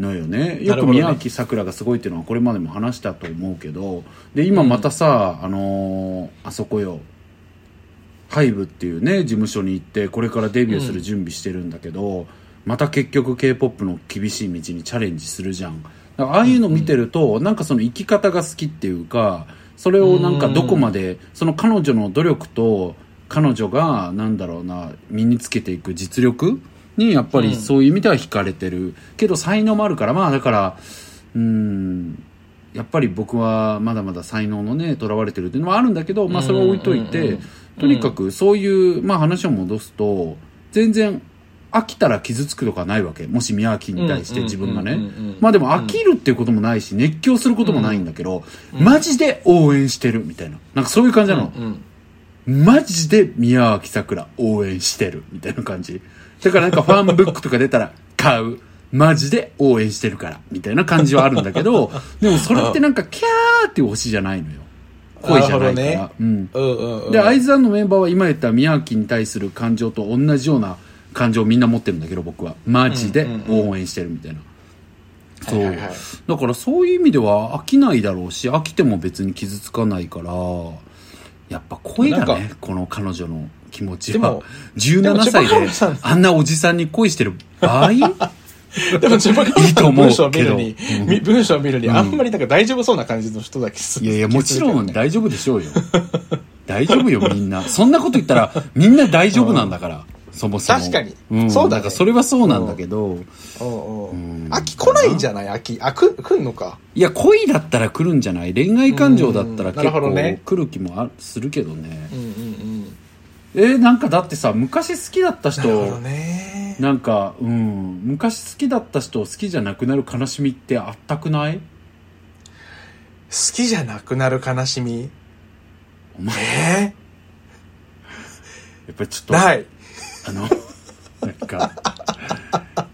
[SPEAKER 2] のよねよ
[SPEAKER 1] な
[SPEAKER 2] く
[SPEAKER 1] るほどね
[SPEAKER 2] 宮脇さくらがすごいっていうのはこれまでも話したと思うけどで今またさ、あのーあそこよハイブっていうね事務所に行ってこれからデビューする準備してるんだけど、また結局 k p o p の厳しい道にチャレンジするじゃんだからああいうの見てると、なんかその生き方が好きっていうかそれをなんかどこまで、その彼女の努力と彼女がなんだろうな身につけていく実力にやっぱ
[SPEAKER 1] うん
[SPEAKER 2] りそういう意味では惹かれてる、けど才能もあるからまあだからうーんやっぱり僕はまだまだ才能のねとらわれてるっていうのはあるんだけど、まあ、それは置いといて、
[SPEAKER 1] うんうんうん
[SPEAKER 2] とにかくそういう、まあ、話を戻すと全然飽きたら傷つくとかないわけもし宮脇に対して自分がね、
[SPEAKER 1] うんうんうんうん
[SPEAKER 2] まあでも飽きるっていうこともないし熱狂することもないんだけど、
[SPEAKER 1] ん
[SPEAKER 2] マジで応援してるみたいななんかそういう感じなの、
[SPEAKER 1] うん
[SPEAKER 2] マジで宮脇さくら応援してるみたいな感じだからなんかファンブックとか出たら買うマジで応援してるからみたいな感じはあるんだけどでもそれってなんかキャーっていう星じゃないのよ恋じゃないから、
[SPEAKER 1] なるほ
[SPEAKER 2] うん、
[SPEAKER 1] うんうんうん
[SPEAKER 2] で会津さんのメンバーは今言った宮脇に対する感情と同じような感情をみんな持ってるんだけど僕はマジで応援してるみたいな、そう、
[SPEAKER 1] はいはいはい
[SPEAKER 2] だからそういう意味では飽きないだろうし飽きても別に傷つかないからやっぱ恋だ
[SPEAKER 1] なん
[SPEAKER 2] ねこの彼女の気持ち
[SPEAKER 1] で
[SPEAKER 2] は
[SPEAKER 1] もでも
[SPEAKER 2] 17
[SPEAKER 1] チェパ
[SPEAKER 2] 歳
[SPEAKER 1] カールさん
[SPEAKER 2] であんなおじさんに恋してる場合
[SPEAKER 1] でも、ジャパカ
[SPEAKER 2] いいと思う
[SPEAKER 1] 文章を見るに
[SPEAKER 2] けどう、ん
[SPEAKER 1] み文章を見るに、あんまりなんか大丈夫そうな感じの人だけす
[SPEAKER 2] いやいやもちろん
[SPEAKER 1] ね。
[SPEAKER 2] 大丈夫でしょうよ大丈夫よみんなそんなこと言ったらみんな大丈夫なんだから、そもそも
[SPEAKER 1] 確かに
[SPEAKER 2] ん
[SPEAKER 1] そうだね
[SPEAKER 2] なんかそれはそうなんだけど、
[SPEAKER 1] おうお
[SPEAKER 2] う
[SPEAKER 1] う
[SPEAKER 2] ん
[SPEAKER 1] 秋来ないんじゃない秋。あ、く、来んのか。
[SPEAKER 2] いや恋だったら来るんじゃない恋愛感情だったら
[SPEAKER 1] う
[SPEAKER 2] 結
[SPEAKER 1] んなるほど
[SPEAKER 2] 構
[SPEAKER 1] ね
[SPEAKER 2] 来る気もあするけどね
[SPEAKER 1] うんうんうん。
[SPEAKER 2] えーなんかだってさ昔好きだった人
[SPEAKER 1] なるほどね。
[SPEAKER 2] なんかうん昔好きだった人を好きじゃなくなる悲しみってあったくない
[SPEAKER 1] 好きじゃなくなる悲しみ。
[SPEAKER 2] お前
[SPEAKER 1] え
[SPEAKER 2] やっぱりちょっ
[SPEAKER 1] ー
[SPEAKER 2] とあ
[SPEAKER 1] ない。
[SPEAKER 2] のなんか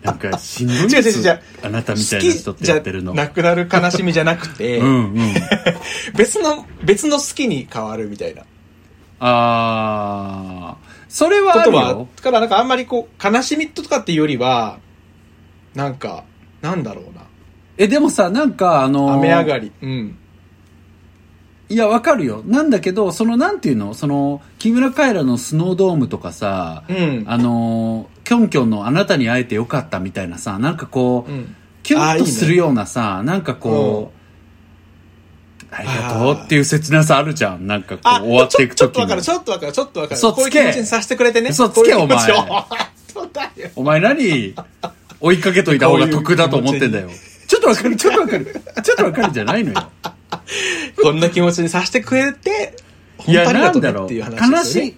[SPEAKER 2] なんかしんどい
[SPEAKER 1] 違う違う
[SPEAKER 2] です
[SPEAKER 1] 違う
[SPEAKER 2] あなた
[SPEAKER 1] 好
[SPEAKER 2] みたいな人っ
[SPEAKER 1] き
[SPEAKER 2] て
[SPEAKER 1] じ
[SPEAKER 2] や
[SPEAKER 1] ゃ
[SPEAKER 2] ってるの
[SPEAKER 1] なくなる悲しみじゃなくて
[SPEAKER 2] う、んうん
[SPEAKER 1] 別の、別の好きに変わるみたいな。
[SPEAKER 2] あーそれはある
[SPEAKER 1] ことは
[SPEAKER 2] よ、
[SPEAKER 1] だからなんかあんまりこう、悲しみとかっていうよりは、なんか、なんだろうな。
[SPEAKER 2] えでもさなんかあの
[SPEAKER 1] 雨上がり。うん。
[SPEAKER 2] いや、わかるよ。なんだけど、その、なんていうのその、木村カエラのスノードームとかさ、
[SPEAKER 1] うん。
[SPEAKER 2] あのー、キョンキョンのあなたに会えてよかったみたいなさ、なんかこう、
[SPEAKER 1] うん。
[SPEAKER 2] キュン
[SPEAKER 1] あーいい
[SPEAKER 2] と
[SPEAKER 1] ね
[SPEAKER 2] するようなさ、なんかこう、ありがと
[SPEAKER 1] あー
[SPEAKER 2] うっていう切なさあるじゃん。なんかこ
[SPEAKER 1] あ、
[SPEAKER 2] う、終わっていく
[SPEAKER 1] ちょ
[SPEAKER 2] と
[SPEAKER 1] っ
[SPEAKER 2] き
[SPEAKER 1] とわかる、
[SPEAKER 2] に
[SPEAKER 1] ち。ょっとわかる、ちょっとわかる。
[SPEAKER 2] 嘘つけ
[SPEAKER 1] こういう気持ちにさせてくれてね。
[SPEAKER 2] 嘘つけ
[SPEAKER 1] こういう気持ち
[SPEAKER 2] お
[SPEAKER 1] を
[SPEAKER 2] 前
[SPEAKER 1] 本当だよ。
[SPEAKER 2] お前何、追いかけといた方が得だと思ってんだよ。ちょっとわかる、ちょっとわかる。ちょっとわかるじゃないのよ。
[SPEAKER 1] こんな気持ちにさせてくれて、
[SPEAKER 2] い
[SPEAKER 1] 本
[SPEAKER 2] や、
[SPEAKER 1] 当にあ
[SPEAKER 2] な
[SPEAKER 1] り
[SPEAKER 2] んだ
[SPEAKER 1] がとうね
[SPEAKER 2] ろ
[SPEAKER 1] っ
[SPEAKER 2] う。
[SPEAKER 1] ていう話
[SPEAKER 2] 悲
[SPEAKER 1] ですよ
[SPEAKER 2] し
[SPEAKER 1] ね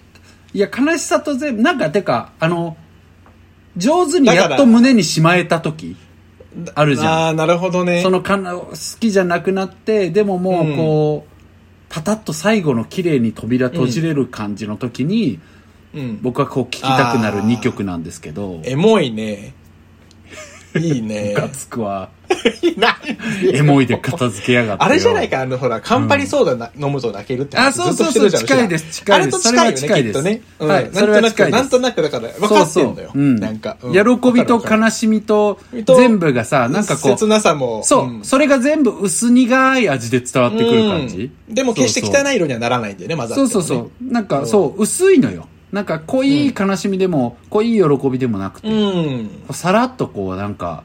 [SPEAKER 2] い。いや、悲しさと全部、なんか、てか、あの、上手に
[SPEAKER 1] だから
[SPEAKER 2] やっと胸にしまえた時、あるじゃ
[SPEAKER 1] ああ、なるほど
[SPEAKER 2] ん。
[SPEAKER 1] ね。
[SPEAKER 2] そのかな、好きじゃなくなって、でもも
[SPEAKER 1] うん
[SPEAKER 2] う、こう、パタッと最後の綺麗に扉閉じれる感じの時に、
[SPEAKER 1] うん。
[SPEAKER 2] 僕はこう聴きたくなる
[SPEAKER 1] あー
[SPEAKER 2] 2曲なんですけど、
[SPEAKER 1] エモいね。いいね。
[SPEAKER 2] ガツクは、
[SPEAKER 1] 何
[SPEAKER 2] エモいで片付けやがってよ。
[SPEAKER 1] あれじゃないか、あの、ほら、カンパニソーダな、飲むと泣けるって話。
[SPEAKER 2] あそう
[SPEAKER 1] ずっ
[SPEAKER 2] そう
[SPEAKER 1] として
[SPEAKER 2] そう
[SPEAKER 1] るじゃん
[SPEAKER 2] 近いです近いです
[SPEAKER 1] あれと
[SPEAKER 2] そ
[SPEAKER 1] 近いよね、き
[SPEAKER 2] れ
[SPEAKER 1] っ
[SPEAKER 2] は近
[SPEAKER 1] と
[SPEAKER 2] い
[SPEAKER 1] ね
[SPEAKER 2] で。す
[SPEAKER 1] うん
[SPEAKER 2] はいそれは
[SPEAKER 1] なんと
[SPEAKER 2] 近いで
[SPEAKER 1] なく、
[SPEAKER 2] す
[SPEAKER 1] なんとなくだから、分かってんのよ。
[SPEAKER 2] そうそううん
[SPEAKER 1] なんか、うん
[SPEAKER 2] 喜びと
[SPEAKER 1] わかるわかる
[SPEAKER 2] 悲しみと
[SPEAKER 1] と
[SPEAKER 2] 全部がさ、なんかこう、
[SPEAKER 1] 切なさも。
[SPEAKER 2] そう、
[SPEAKER 1] ん
[SPEAKER 2] それが全部薄苦い味で伝わってくる感じ。
[SPEAKER 1] うんでも決して
[SPEAKER 2] そうそう
[SPEAKER 1] 汚い色にはならないんだよね、まだ。
[SPEAKER 2] そうそうそう。なんか、そう、薄いのよ。なんか、濃い悲しみでも、濃い喜びでもなくて、
[SPEAKER 1] う。うん。
[SPEAKER 2] さらっとこう、なんか、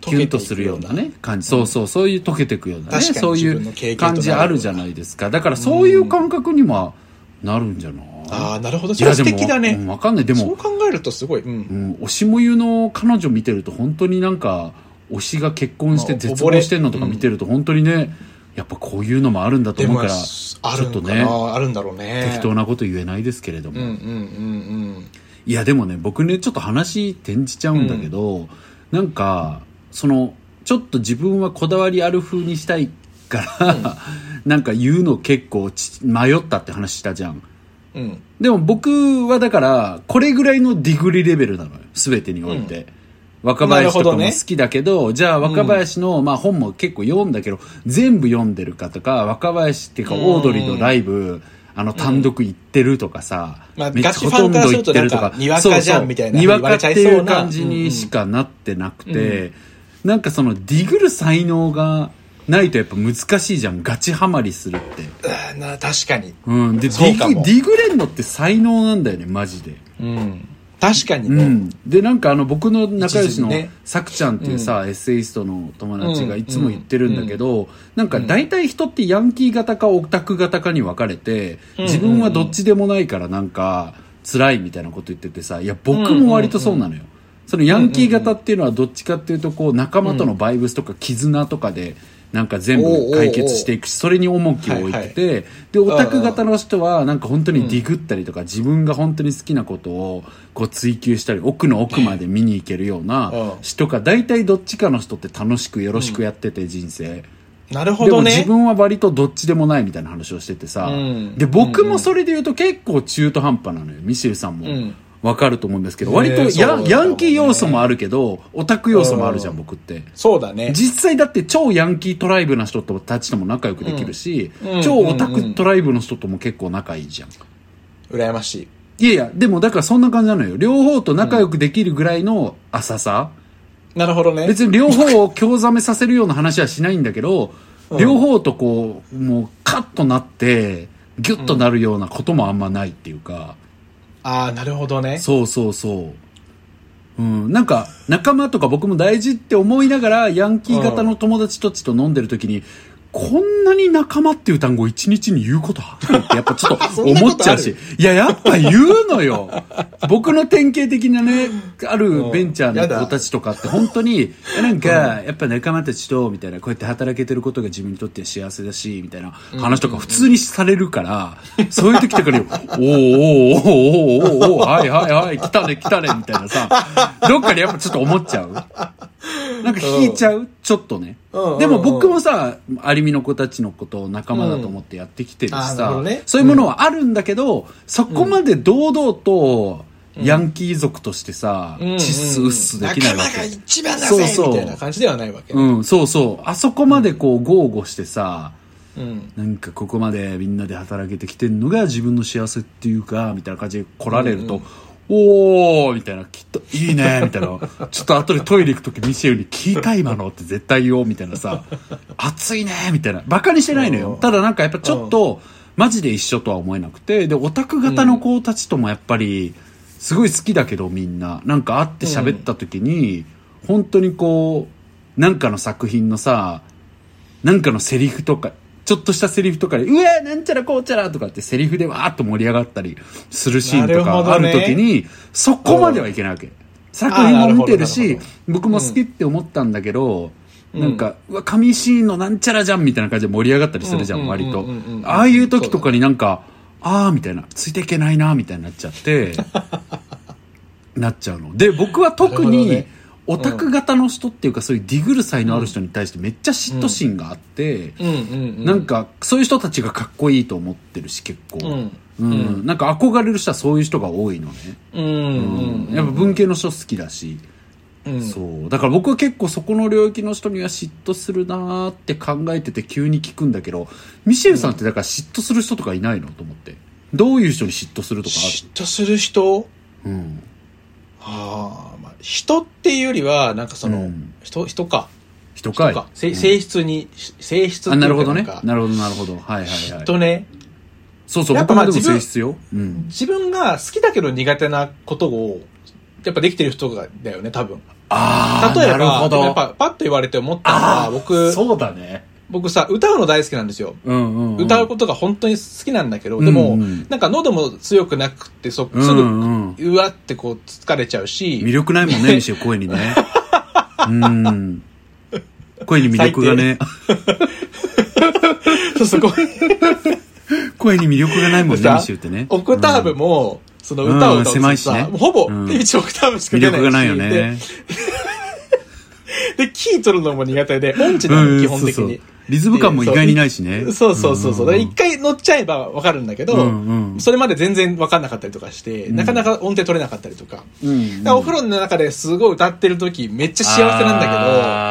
[SPEAKER 1] 溶
[SPEAKER 2] キ
[SPEAKER 1] けて
[SPEAKER 2] ュ
[SPEAKER 1] い
[SPEAKER 2] ン
[SPEAKER 1] くような
[SPEAKER 2] とするようなね、感じ。そうそう、そういう溶けていくようなね、
[SPEAKER 1] 確かに
[SPEAKER 2] そうい
[SPEAKER 1] 自分の
[SPEAKER 2] う
[SPEAKER 1] 経験となる
[SPEAKER 2] 感じあるじゃないですか。だから、そういう感覚にもなるんじゃない
[SPEAKER 1] ああ、なるほど。
[SPEAKER 2] い
[SPEAKER 1] それ
[SPEAKER 2] や、
[SPEAKER 1] は
[SPEAKER 2] で
[SPEAKER 1] 素
[SPEAKER 2] も
[SPEAKER 1] 敵だ
[SPEAKER 2] うん
[SPEAKER 1] ね。
[SPEAKER 2] わかんない。で
[SPEAKER 1] そう
[SPEAKER 2] も、
[SPEAKER 1] 考えるとすごい。う。
[SPEAKER 2] うんん、推しもゆの彼女見てると、本当になんか、推しが結婚して
[SPEAKER 1] まあ
[SPEAKER 2] 絶
[SPEAKER 1] 溺れ
[SPEAKER 2] 望してんのとか見てると、本当にね、やっぱこういうのもあるんだと
[SPEAKER 1] で
[SPEAKER 2] 思う
[SPEAKER 1] も、あ
[SPEAKER 2] から、ち
[SPEAKER 1] るん
[SPEAKER 2] ょっと
[SPEAKER 1] か
[SPEAKER 2] ね
[SPEAKER 1] な。あるんだろうね。
[SPEAKER 2] 適当なこと言えないですけれども、
[SPEAKER 1] うんうんうん
[SPEAKER 2] いやでもね僕ねちょっと話転じちゃうんだけど、なんかそのちょっと自分はこだわりある風にしたいから、 なんか言うの結構ち迷ったって話したじゃん
[SPEAKER 1] うん。うん。
[SPEAKER 2] でも僕はだからこれぐらいのディグリレベルなのよ全てにおいて、若林とかも
[SPEAKER 1] なるほどね
[SPEAKER 2] 好きだけどじゃあ若林の、まあ、本も結構読んだけど全部読んでるかとか若林っていうか
[SPEAKER 1] うん
[SPEAKER 2] オードリーのライブ、あの単独行ってるとかさ、
[SPEAKER 1] まあ
[SPEAKER 2] めっちゃ
[SPEAKER 1] ガチファンからする
[SPEAKER 2] ほとんど行っ
[SPEAKER 1] と
[SPEAKER 2] てる
[SPEAKER 1] なんかにわかじゃんみたいな
[SPEAKER 2] そうそうにわかってい
[SPEAKER 1] 言われちゃいそう
[SPEAKER 2] う
[SPEAKER 1] な
[SPEAKER 2] 感じにしかなってなくて、なんかそのディグる才能がないとやっぱ難しいじゃんガチハマりするって。
[SPEAKER 1] あーな確かに。
[SPEAKER 2] うん、でデ
[SPEAKER 1] そうか
[SPEAKER 2] ィ
[SPEAKER 1] も
[SPEAKER 2] グディグレンのって才能なんだよねマジで、
[SPEAKER 1] うん。確かに
[SPEAKER 2] う
[SPEAKER 1] ね。
[SPEAKER 2] ん、でなんかあの僕の仲良しの
[SPEAKER 1] 一途にね
[SPEAKER 2] さくちゃんっていうさ、エッセイストの友達がいつも言ってるんだけど、なんか
[SPEAKER 1] うん
[SPEAKER 2] 大体人ってヤンキー型かオタク型かに分かれて、
[SPEAKER 1] うん
[SPEAKER 2] 自分はどっちでもないからなんか辛いみたいなこと言っててさいや僕も割とそうなのよ、そのヤンキー型っていうのはどっちかっていうとこう仲間とのバイブスとか絆とかでなんか全
[SPEAKER 1] おうおうお
[SPEAKER 2] 部
[SPEAKER 1] う
[SPEAKER 2] 解決していくしそれに重きを置いてて、でオタク型の人はなんか本当にディグったりとか、自分が本当に好きなことをこう追求したり奥の奥まで見に行けるような
[SPEAKER 1] うん
[SPEAKER 2] 人か大体どっちかの人って楽しくよろしくやってて人生。
[SPEAKER 1] なるほ
[SPEAKER 2] でも
[SPEAKER 1] どね。
[SPEAKER 2] 自分は割とどっちでもないみたいな話をしててさ、
[SPEAKER 1] うん
[SPEAKER 2] で僕もそれで言うと結構中途半端なのよミシェルさん
[SPEAKER 1] う
[SPEAKER 2] も
[SPEAKER 1] ん
[SPEAKER 2] わかると思うんですけど、
[SPEAKER 1] ね
[SPEAKER 2] 割と
[SPEAKER 1] そうだ
[SPEAKER 2] や、
[SPEAKER 1] ろうね
[SPEAKER 2] ヤンキー要素もあるけどオタク要素もあるじゃん、
[SPEAKER 1] うん
[SPEAKER 2] 僕って
[SPEAKER 1] そうだね。
[SPEAKER 2] 実際だって超ヤンキートライブな人とたちとも仲良くできるし、
[SPEAKER 1] うんうん
[SPEAKER 2] 超オタクトライブの人とも結構仲いいじゃん、
[SPEAKER 1] 羨ましい。
[SPEAKER 2] いやいやでもだからそんな感じなのよ両方と仲良くできるぐらいの浅さ、
[SPEAKER 1] なるほどね。
[SPEAKER 2] 別に両方を興ざめさせるような話はしないんだけど、
[SPEAKER 1] うん
[SPEAKER 2] 両方とこうもうカッとなってギュッとなるようなこともあんまないっていうか、
[SPEAKER 1] ああ、なるほどね。
[SPEAKER 2] そうそうそう、うん、なんか仲間とか僕も大事って思いながらヤンキー型の友達たちと飲んでる時に、こんなに仲間っていう単語を一日に言うことあるってやっぱちょっと
[SPEAKER 1] そんなこ
[SPEAKER 2] 思
[SPEAKER 1] とある
[SPEAKER 2] っちゃうし。いや、やっぱ言うのよ。僕の典型的なね、あるベンチャー
[SPEAKER 1] う
[SPEAKER 2] の
[SPEAKER 1] んやだ
[SPEAKER 2] 子たちとかって本当 に、えなんか、やっぱ仲間たちと、みたいな、こうやって働けてることが自分にとっては幸せだし、みたいな話とか普通にされるから、そういう時とかに、おーおーおーおーおーおーはいはいはい、来たね来たね、みたいなさ、どっかでやっぱちょっと思っちゃう。なんか引いちゃう、ちょっとね
[SPEAKER 1] うんうんう。ん
[SPEAKER 2] でも僕もさ、アリミの子たちのことを仲間だと思ってやってきてるし
[SPEAKER 1] うんあーなるほ
[SPEAKER 2] さ
[SPEAKER 1] どね、
[SPEAKER 2] そういうものはあるんだけど、そこまで堂々と、ヤンキー族としてさ、
[SPEAKER 1] うんうん
[SPEAKER 2] チッスウッスできないわ
[SPEAKER 1] 仲間が
[SPEAKER 2] け。
[SPEAKER 1] 一番だぜ
[SPEAKER 2] そうそう
[SPEAKER 1] みたいな感じではないわけ。
[SPEAKER 2] うん、そうそう。あそこまでこう、豪語してさ、
[SPEAKER 1] うん。
[SPEAKER 2] なんかここまでみんなで働けてきてんのが自分の幸せっていうか、みたいな感じで来られると、おーみたいな、きっといいねみたいな。 ちょっと後でトイレ行くときミシェルに聞いた今のって絶対言おうみたいな さ、熱いねみたいな。バカにしてないの
[SPEAKER 1] う
[SPEAKER 2] よ
[SPEAKER 1] ん。
[SPEAKER 2] ただなんかやっぱちょっと、マジで一緒とは思えなくて、で、オタク型の子たちともやっぱり、すごい好きだけどみんな、なんか会って喋ったときに、本当にこう、なんかの作品のさ、なんかのセリフとか、ちょっとしたセリフとかで、うわーなんちゃらこうちゃらとかってセリフでわーっと盛り上がったりするシーンとかある時に、そこまではいけないわけ。作品も見てる
[SPEAKER 1] あーなる
[SPEAKER 2] し
[SPEAKER 1] ほどなる、
[SPEAKER 2] 僕も好きって思ったんだけど、
[SPEAKER 1] うん
[SPEAKER 2] なんか、うわ、神シーンのなんちゃらじゃんみたいな感じで盛り上がったりするじゃ、
[SPEAKER 1] うんんうんうん
[SPEAKER 2] 割
[SPEAKER 1] うん
[SPEAKER 2] と
[SPEAKER 1] うんうんう。ん
[SPEAKER 2] ああいう時とかになんか、あーみたいな、ついていけないなみたいになっちゃ って、なっちゃうの。で、僕は特
[SPEAKER 1] なるほ
[SPEAKER 2] に、
[SPEAKER 1] どね
[SPEAKER 2] オタク型の人っていうか、そういうディグる才能ある人に対してめっちゃ嫉妬心があって、
[SPEAKER 1] うんうんうん。
[SPEAKER 2] なん、かそういう人たちがかっこいいと思ってるし結構、
[SPEAKER 1] うん。
[SPEAKER 2] うんなんか憧れる人はそういう人が多いのね、
[SPEAKER 1] うんうんうん。
[SPEAKER 2] やっぱ文系の人好きだし、
[SPEAKER 1] うん
[SPEAKER 2] そうだから僕は結構そこの領域の人には嫉妬するなーって考えてて急に聞くんだけどミシェルさんってだから嫉妬する人とかいないのと思ってどういう人に嫉妬するとか
[SPEAKER 1] 嫉妬する人
[SPEAKER 2] あるうん
[SPEAKER 1] ああ、まあ、人っていうよりは、なんかその、
[SPEAKER 2] うん
[SPEAKER 1] 人、人か。
[SPEAKER 2] 人か
[SPEAKER 1] 人
[SPEAKER 2] い
[SPEAKER 1] か。せ性質に、し性質
[SPEAKER 2] あ
[SPEAKER 1] っていうか
[SPEAKER 2] なるほどね
[SPEAKER 1] んか
[SPEAKER 2] なるほどなるほどはいはいはい
[SPEAKER 1] とね、
[SPEAKER 2] そうそう
[SPEAKER 1] やっ
[SPEAKER 2] 僕
[SPEAKER 1] ぱま
[SPEAKER 2] もで
[SPEAKER 1] あ
[SPEAKER 2] も
[SPEAKER 1] 自
[SPEAKER 2] 性
[SPEAKER 1] 分
[SPEAKER 2] 質よ、うん、
[SPEAKER 1] 自分が好きだけど苦手なことを、やっぱできてる人が、だよね、多分。
[SPEAKER 2] ああ
[SPEAKER 1] 例え
[SPEAKER 2] なる
[SPEAKER 1] ば、
[SPEAKER 2] ほ
[SPEAKER 1] で
[SPEAKER 2] ど
[SPEAKER 1] もやっぱ、パッと言われて思ったの
[SPEAKER 2] あ
[SPEAKER 1] は、
[SPEAKER 2] ー
[SPEAKER 1] 僕、
[SPEAKER 2] そうだね
[SPEAKER 1] 僕さ、歌うの大好きなんですよ。
[SPEAKER 2] うんうん、うん、
[SPEAKER 1] 歌うことが本当に好きなんだけど、
[SPEAKER 2] うん
[SPEAKER 1] でも、
[SPEAKER 2] うん
[SPEAKER 1] なんか喉も強くなくって、そ、すぐ、
[SPEAKER 2] うんうん
[SPEAKER 1] うわってこう、疲れちゃう
[SPEAKER 2] 魅
[SPEAKER 1] し、
[SPEAKER 2] 力ないもんね、ミシェル声にね。うん。声に魅力がね、
[SPEAKER 1] そうそこ、
[SPEAKER 2] 声に魅力がないもんね、
[SPEAKER 1] さ
[SPEAKER 2] ミシェルってね。
[SPEAKER 1] オクターブも、その歌を歌う
[SPEAKER 2] うん狭
[SPEAKER 1] と
[SPEAKER 2] いし
[SPEAKER 1] さ、
[SPEAKER 2] ね
[SPEAKER 1] もうほぼ
[SPEAKER 2] うん
[SPEAKER 1] 1オクターブしか
[SPEAKER 2] 魅
[SPEAKER 1] 出ないし、
[SPEAKER 2] 力がないよね。
[SPEAKER 1] で。で、キー取るのも苦手で、音痴な
[SPEAKER 2] う
[SPEAKER 1] の、
[SPEAKER 2] ん、
[SPEAKER 1] 基本的
[SPEAKER 2] そうそ
[SPEAKER 1] に
[SPEAKER 2] う。リズム感も意外にないしね。
[SPEAKER 1] そうそうそうそう。だから
[SPEAKER 2] ん
[SPEAKER 1] 一回乗っちゃえばわかるんだけど、
[SPEAKER 2] うんうん
[SPEAKER 1] それまで全然わかんなかったりとかして、なかなか音程取れなかったりとか。
[SPEAKER 2] うん
[SPEAKER 1] だからお風呂の中ですごい歌ってる時めっちゃ幸せなんだけど、だか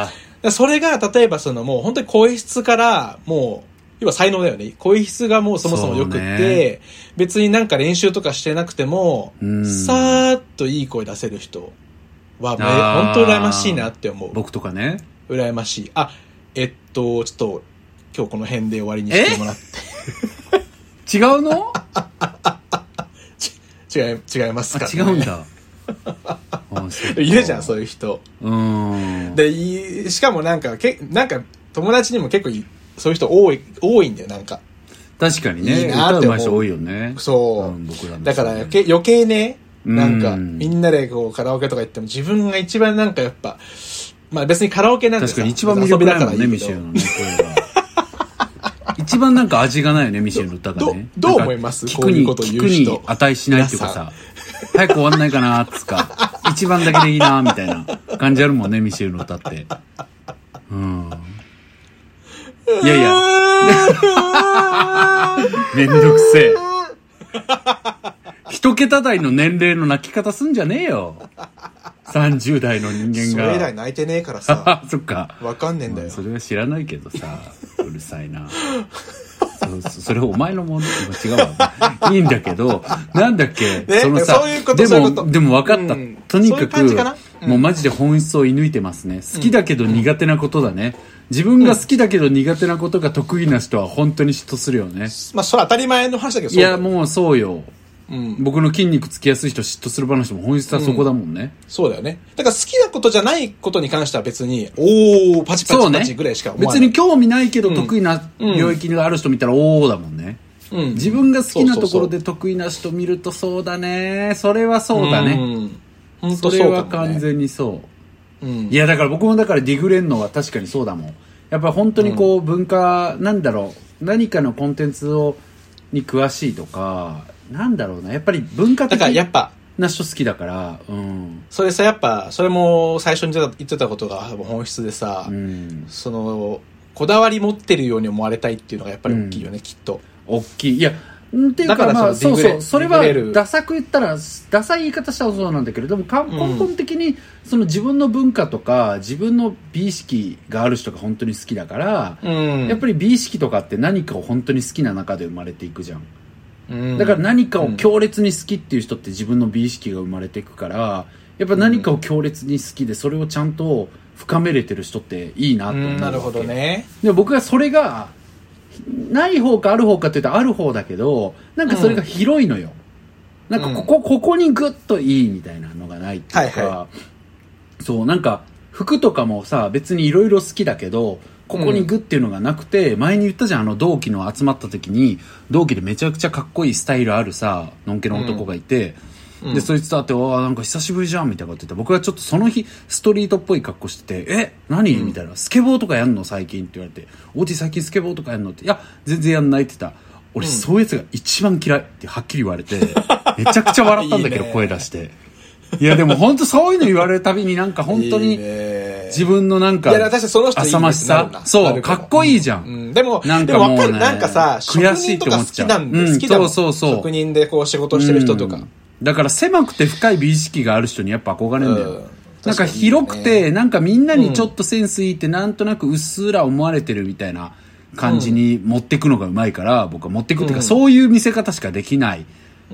[SPEAKER 2] あ
[SPEAKER 1] らそれが例えばそのもう本当に声質からもう、要は才能だよね。声質がもうそもそも良くって、
[SPEAKER 2] そうね
[SPEAKER 1] 別になんか練習とかしてなくても、
[SPEAKER 2] うん
[SPEAKER 1] さーっといい声出せる人は、め
[SPEAKER 2] あー
[SPEAKER 1] 本当羨ましいなって思
[SPEAKER 2] ー
[SPEAKER 1] う。
[SPEAKER 2] 僕とかね。
[SPEAKER 1] 羨ましい。あ、えっと、ちょっと、今日この辺で終わりにしてもらって。
[SPEAKER 2] 違うの
[SPEAKER 1] 違い、違います
[SPEAKER 2] あ
[SPEAKER 1] から、
[SPEAKER 2] 違うん。だ。あそっか
[SPEAKER 1] いるじゃん、そういう人。
[SPEAKER 2] うん。
[SPEAKER 1] で、いしかもなんか、け、なんか、友達にも結構い、そういう人多い、多いんだよ、なんか。
[SPEAKER 2] 確かにね、
[SPEAKER 1] いいなー
[SPEAKER 2] 歌
[SPEAKER 1] っ
[SPEAKER 2] う
[SPEAKER 1] て思う
[SPEAKER 2] まい人多いよね。
[SPEAKER 1] そう
[SPEAKER 2] うん僕らの
[SPEAKER 1] だから
[SPEAKER 2] 世代
[SPEAKER 1] 余計、余計ね、なんか、
[SPEAKER 2] うん
[SPEAKER 1] みんなでこう、カラオケとか行っても自分が一番なんかやっぱ、まあ別にカラオケなんて
[SPEAKER 2] 確
[SPEAKER 1] さ
[SPEAKER 2] かに一番魅
[SPEAKER 1] 遊
[SPEAKER 2] 力
[SPEAKER 1] びだ
[SPEAKER 2] ない
[SPEAKER 1] か
[SPEAKER 2] も
[SPEAKER 1] ら
[SPEAKER 2] ん
[SPEAKER 1] いいけ
[SPEAKER 2] ね、
[SPEAKER 1] ど
[SPEAKER 2] ミシェルのね、声が。一番なんか味がないよね、ミシェルの歌がね。
[SPEAKER 1] どど
[SPEAKER 2] なん
[SPEAKER 1] う
[SPEAKER 2] か
[SPEAKER 1] 思います
[SPEAKER 2] 聞
[SPEAKER 1] こ
[SPEAKER 2] く
[SPEAKER 1] ういう
[SPEAKER 2] に、
[SPEAKER 1] こと言
[SPEAKER 2] 聞
[SPEAKER 1] う
[SPEAKER 2] く
[SPEAKER 1] 人
[SPEAKER 2] に値しないっていうかさ、早く終わんないかな、つうか、一番だけでいいな、みたいな感じあるもんね、ミシェルの歌って。うん。いやいや、めんどくせえ。 一桁台の年齢の泣き方すんじゃねえよ。30代の人
[SPEAKER 1] そ
[SPEAKER 2] 間
[SPEAKER 1] れ以来
[SPEAKER 2] が。
[SPEAKER 1] 泣いてねえか らさ、
[SPEAKER 2] そっか。
[SPEAKER 1] わかんねえんだ
[SPEAKER 2] ま
[SPEAKER 1] よ
[SPEAKER 2] あ。それは知らないけどさうるさいなそうそそれお前の問題も違うわいいんだけどなんだっけ、
[SPEAKER 1] ね
[SPEAKER 2] そのさ
[SPEAKER 1] そういうこと
[SPEAKER 2] で
[SPEAKER 1] そういうこ
[SPEAKER 2] も
[SPEAKER 1] と
[SPEAKER 2] でも分かった、
[SPEAKER 1] うん
[SPEAKER 2] とにか
[SPEAKER 1] そういう感
[SPEAKER 2] く
[SPEAKER 1] じかなうん
[SPEAKER 2] もうマジで本質を射抜いてますね好きだけど苦手なことだね、自分が好きだけど苦手なことが得意な人は本当に嫉妬するよね、
[SPEAKER 1] まあそれ当たり前の話だけど、
[SPEAKER 2] いや
[SPEAKER 1] そうだよ
[SPEAKER 2] もうそうよ
[SPEAKER 1] うん、
[SPEAKER 2] 僕の筋肉つきやすい人嫉妬する話も本質はそこだもんね、
[SPEAKER 1] そうだよね。だから好きなことじゃないことに関しては別に、おー、パチパ
[SPEAKER 2] そう
[SPEAKER 1] チ
[SPEAKER 2] ね
[SPEAKER 1] パチぐらいしか思わな
[SPEAKER 2] 別
[SPEAKER 1] い。
[SPEAKER 2] に興味ないけど得意な領域がある人見たらおおだもんね、
[SPEAKER 1] うん
[SPEAKER 2] 自分が好きな
[SPEAKER 1] そうそ
[SPEAKER 2] と
[SPEAKER 1] うそ
[SPEAKER 2] こ
[SPEAKER 1] う
[SPEAKER 2] ろで得意な人見るとそうだねそれはそうだね、
[SPEAKER 1] うん。
[SPEAKER 2] そ
[SPEAKER 1] 本当
[SPEAKER 2] れ
[SPEAKER 1] そう
[SPEAKER 2] は
[SPEAKER 1] かもね
[SPEAKER 2] 完全にそう
[SPEAKER 1] うん
[SPEAKER 2] いやだから僕もだからディグレンのは確かにそうだもんやっぱり本当にこう文化、なんだろう何かのコンテンツをに詳しいとかなんだろうなやっぱり文化
[SPEAKER 1] だ
[SPEAKER 2] 的
[SPEAKER 1] からやっぱ、
[SPEAKER 2] な人好きだからうん、
[SPEAKER 1] それさ、やっぱ、それも最初に言ってた言ってたことが本質でさ、
[SPEAKER 2] うん、
[SPEAKER 1] その、こだわり持ってるように思われたいっていうのがやっぱり大きいよね、きっと。
[SPEAKER 2] 大きいいやんっていうか
[SPEAKER 1] だから
[SPEAKER 2] まあ
[SPEAKER 1] そ
[SPEAKER 2] そ
[SPEAKER 1] の
[SPEAKER 2] う
[SPEAKER 1] ディグレ
[SPEAKER 2] そうそれ
[SPEAKER 1] デ
[SPEAKER 2] は
[SPEAKER 1] ィグレる
[SPEAKER 2] ダサく言ったらダサい言い方したらそうなんだけれどもか根本的にその自分の文化とか自分の美意識がある人が本当に好きだから、
[SPEAKER 1] うん。
[SPEAKER 2] やっぱり美意識とかって何かを本当に好きな中で生まれていくじゃん
[SPEAKER 1] うん
[SPEAKER 2] だから何かを強烈に好きっていう人って自分の美意識が生まれていくからやっぱ何かを強烈に好きでそれをちゃんと深めれてる人っていいなと
[SPEAKER 1] う
[SPEAKER 2] 思うわ
[SPEAKER 1] ん、
[SPEAKER 2] け
[SPEAKER 1] なるほどね。
[SPEAKER 2] でも僕はそれがない方かある方かって言ったらある方だけどなんかそれが広いのよ、なんかここ、ここにグッといいみたいなのがないっていうか、
[SPEAKER 1] はい
[SPEAKER 2] そうなんか服とかもさ別にいろいろ好きだけどここにグッっていうのがなくて、前に言ったじゃんあの同期の集まった時に同期でめちゃくちゃかっこいいスタイルあるさのんけの男がいて、
[SPEAKER 1] うん
[SPEAKER 2] でそいつと会って「わあなんか久しぶりじゃん」みたいなこと言って僕はちょっとその日ストリートっぽい格好してて「え何?」みたいな「スケボーとかやんの最近」って言われて「おじ最近スケボーとかやんの?」って「いや全然やんない」って言ったら「俺、そういうやつが一番嫌い」ってはっきり言われ てめちゃくちゃ笑ったんだけど
[SPEAKER 1] いいね
[SPEAKER 2] 声出していやでも本当そういうの言われるたびになんか本当
[SPEAKER 1] いい
[SPEAKER 2] に
[SPEAKER 1] ね
[SPEAKER 2] 自分のなんか
[SPEAKER 1] いや、確かにその人いいね
[SPEAKER 2] 浅まし
[SPEAKER 1] ってな
[SPEAKER 2] さ
[SPEAKER 1] るなな
[SPEAKER 2] そう
[SPEAKER 1] る
[SPEAKER 2] か
[SPEAKER 1] も
[SPEAKER 2] っこいいじゃん、
[SPEAKER 1] うん、でも、
[SPEAKER 2] なん
[SPEAKER 1] で
[SPEAKER 2] か
[SPEAKER 1] も
[SPEAKER 2] もう
[SPEAKER 1] 分
[SPEAKER 2] ね
[SPEAKER 1] かる、なんかさ、職
[SPEAKER 2] 悔しい
[SPEAKER 1] 人
[SPEAKER 2] っ
[SPEAKER 1] と
[SPEAKER 2] て
[SPEAKER 1] か
[SPEAKER 2] 思
[SPEAKER 1] 好
[SPEAKER 2] っちゃ
[SPEAKER 1] き
[SPEAKER 2] う
[SPEAKER 1] なんで、
[SPEAKER 2] うん
[SPEAKER 1] 好きだもん
[SPEAKER 2] そうそうそう
[SPEAKER 1] 職人でこう仕事してる人と
[SPEAKER 2] う
[SPEAKER 1] か
[SPEAKER 2] ん。だから狭くて深い美意識がある人にやっぱ憧れるんだよ、
[SPEAKER 1] うん
[SPEAKER 2] なんか広くてなんかみんなにちょっとセンスいいってなんとなくうっすら思われてるみたいな感じに持ってくのがうまいから、僕は持ってくっていうか、
[SPEAKER 1] うん
[SPEAKER 2] そういう見せ方しかできない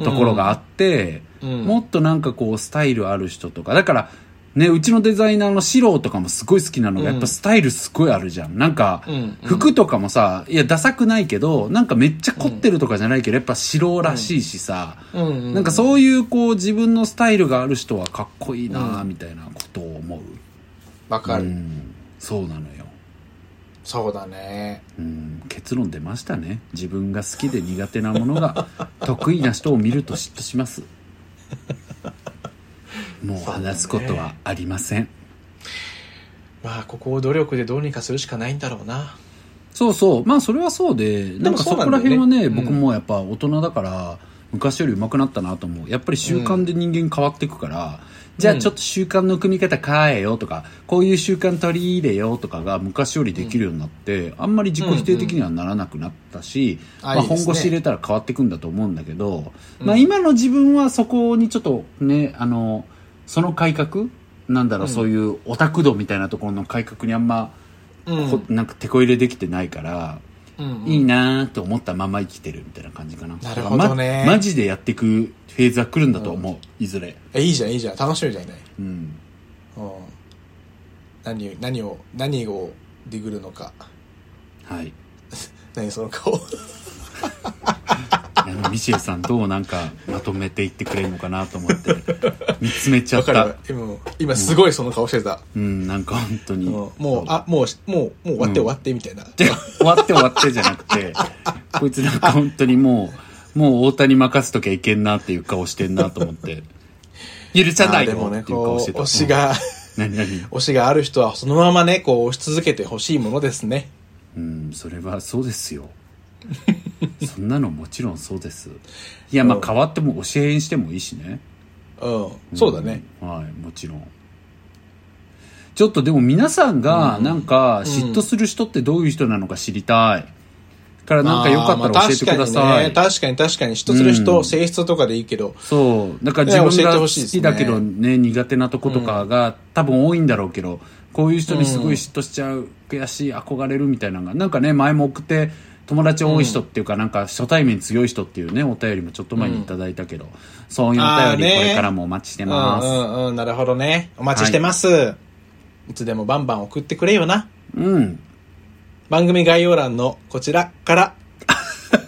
[SPEAKER 2] ところがあって、
[SPEAKER 1] うん
[SPEAKER 2] もっとなんかこうスタイルある人とかだからね、うちのデザイナーのシローとかもすごい好きなのが、やっぱスタイルすごいあるじゃん。なんか
[SPEAKER 1] うんうん、
[SPEAKER 2] 服とかもさ、いや、ダサくないけど、なんかめっちゃ凝ってるとかじゃないけど、やっぱシローらしいしさ、
[SPEAKER 1] うんうん
[SPEAKER 2] なんかそういうこう自分のスタイルがある人はかっこいいなみたいなことを思う、
[SPEAKER 1] わか
[SPEAKER 2] う
[SPEAKER 1] る。
[SPEAKER 2] んそうなのよ、
[SPEAKER 1] そうだね。
[SPEAKER 2] うん、結論出ましたね自分が好きで苦手なものが 得意な人を見ると嫉妬し ますもう話すことはありません
[SPEAKER 1] まあ、ここを努力でどうにかするしかないんだろうな。
[SPEAKER 2] そうそうまあそれはそうでなんかそ
[SPEAKER 1] そう
[SPEAKER 2] こ
[SPEAKER 1] なん
[SPEAKER 2] ら
[SPEAKER 1] だよね
[SPEAKER 2] 辺はね
[SPEAKER 1] うん
[SPEAKER 2] 僕もやっぱ大人だから昔より上手くなったなと思うやっぱり習慣で人間変わっていくから、じゃあちょっと習慣の組み方変えようとかこういう習慣取り入れようとかが昔よりできるようになって、あんまり自己否定的にはならなくなったし、
[SPEAKER 1] うんうん
[SPEAKER 2] まあ、
[SPEAKER 1] あいいで
[SPEAKER 2] 本
[SPEAKER 1] すね
[SPEAKER 2] 腰入れたら変わっていくんだと思うんだけど、まあ、今の自分はそこにちょっとねあのその改革なんだろう、
[SPEAKER 1] うん
[SPEAKER 2] そういうオタク度みたいなところの改革にあんま
[SPEAKER 1] うん。
[SPEAKER 2] こなんか手こ入れできてないから、
[SPEAKER 1] うんうん
[SPEAKER 2] いいなーと思ったまま生きてるみたいな感じかな
[SPEAKER 1] なるほどね
[SPEAKER 2] まマジでやっていくフェーズは来るんだと思う、いずれ
[SPEAKER 1] えいいじゃん、いいじゃん。楽しみじゃない。
[SPEAKER 2] うん
[SPEAKER 1] うん。何を、何を、何をディグるのか。
[SPEAKER 2] はい
[SPEAKER 1] 何その顔。
[SPEAKER 2] あのミシェルさんどうなんかまとめていってくれるのかなと思って 見つめちゃ
[SPEAKER 1] わ
[SPEAKER 2] っ
[SPEAKER 1] か
[SPEAKER 2] た
[SPEAKER 1] る今、今すごいその顔してた。
[SPEAKER 2] うんなんか本当に、
[SPEAKER 1] うんもう、あ、もう、もう、もう終わって終わってみたいな。
[SPEAKER 2] で終わって終わってじゃなく てこいつなんか本当にもうもう大谷任せときゃ いけんなっていう顔してんなと思って許さないよ
[SPEAKER 1] あーでも
[SPEAKER 2] ってい
[SPEAKER 1] ね、
[SPEAKER 2] う顔
[SPEAKER 1] こ
[SPEAKER 2] して
[SPEAKER 1] う、
[SPEAKER 2] た
[SPEAKER 1] 推しが、
[SPEAKER 2] 何何
[SPEAKER 1] 推しがある人はそのままね、こう推し続けてほしいものですね。
[SPEAKER 2] うん、それはそうですよ。 そんなのもちろんそうです。いや、まあ変わっても教えんしてもいいしね。
[SPEAKER 1] うん。そうだね。
[SPEAKER 2] うん。はい、もちろん。ちょっとでも皆さんがなんか嫉妬する人ってどういう人なのか知りたい。からなんかよかったら教えてくだ
[SPEAKER 1] まあ
[SPEAKER 2] さい。
[SPEAKER 1] 確かにね、確かに確かに、人する人、
[SPEAKER 2] うん
[SPEAKER 1] 性質とかでいいけど、
[SPEAKER 2] そう。だから自分
[SPEAKER 1] ね教え
[SPEAKER 2] が
[SPEAKER 1] てほしいで
[SPEAKER 2] 好
[SPEAKER 1] す
[SPEAKER 2] き
[SPEAKER 1] ね
[SPEAKER 2] だけどね、苦手なとことかが多分多いんだろうけど、こういう人にすごい嫉妬しちゃう、悔しい、憧れるみたいなのが、なんかね、前も送って、友達多い人っていうか、なんか初対面強い人っていうね、お便りもちょっと前にいただいたけど、そういうお便
[SPEAKER 1] あー
[SPEAKER 2] り
[SPEAKER 1] ね
[SPEAKER 2] これからもお待ちして
[SPEAKER 1] うん
[SPEAKER 2] ます。
[SPEAKER 1] うんうん、なるほどね。お待ちしてます。い、つでもバンバン送ってくれよな。
[SPEAKER 2] うん。
[SPEAKER 1] 番組概要欄のこちらから、フ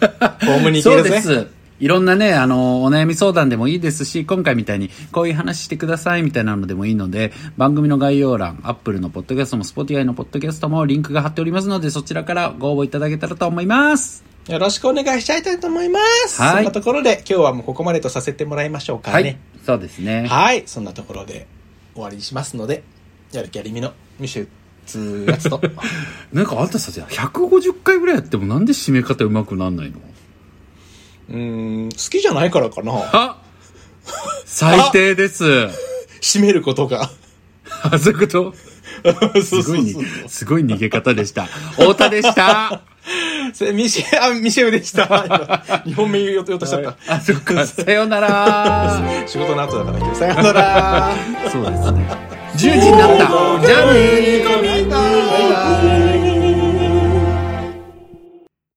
[SPEAKER 1] ォームに行
[SPEAKER 2] そ
[SPEAKER 1] け
[SPEAKER 2] う
[SPEAKER 1] るぜ。
[SPEAKER 2] です。いろんなね、あの、お悩み相談でもいいですし、今回みたいに、こういう話してくださいみたいなのでもいいので、番組の概要欄、Apple のポッドキャストも Spotify のポッドキャストもリンクが貼っておりますので、そちらからご応募いただけたらと思います。
[SPEAKER 1] よろしくお願いしちゃいたいと思います。
[SPEAKER 2] はい
[SPEAKER 1] そんなところで、今日はもうここまでとさせてもらいましょうか
[SPEAKER 2] はい。
[SPEAKER 1] ね。
[SPEAKER 2] そうですね。
[SPEAKER 1] はい、そんなところで終わりにしますので、やる気ありみのミシュツ やつと。
[SPEAKER 2] なんかあんたさ、150回ぐらいやってもなんで締め方うまくなんないの
[SPEAKER 1] うーん、好きじゃないからかな。
[SPEAKER 2] あ最低です。
[SPEAKER 1] 締めることが。
[SPEAKER 2] あ、そういうこと
[SPEAKER 1] す
[SPEAKER 2] すごいに、すごい逃げ方でした。太田でした。
[SPEAKER 1] ミシェ、あ、ミシェウでした。2本目言おうとしちゃっ
[SPEAKER 2] あ、そっか。さようなら。
[SPEAKER 1] た。仕事の後だから今日、さよなら。
[SPEAKER 2] そうですね。10時になった。じゃあねー。
[SPEAKER 1] バイバイ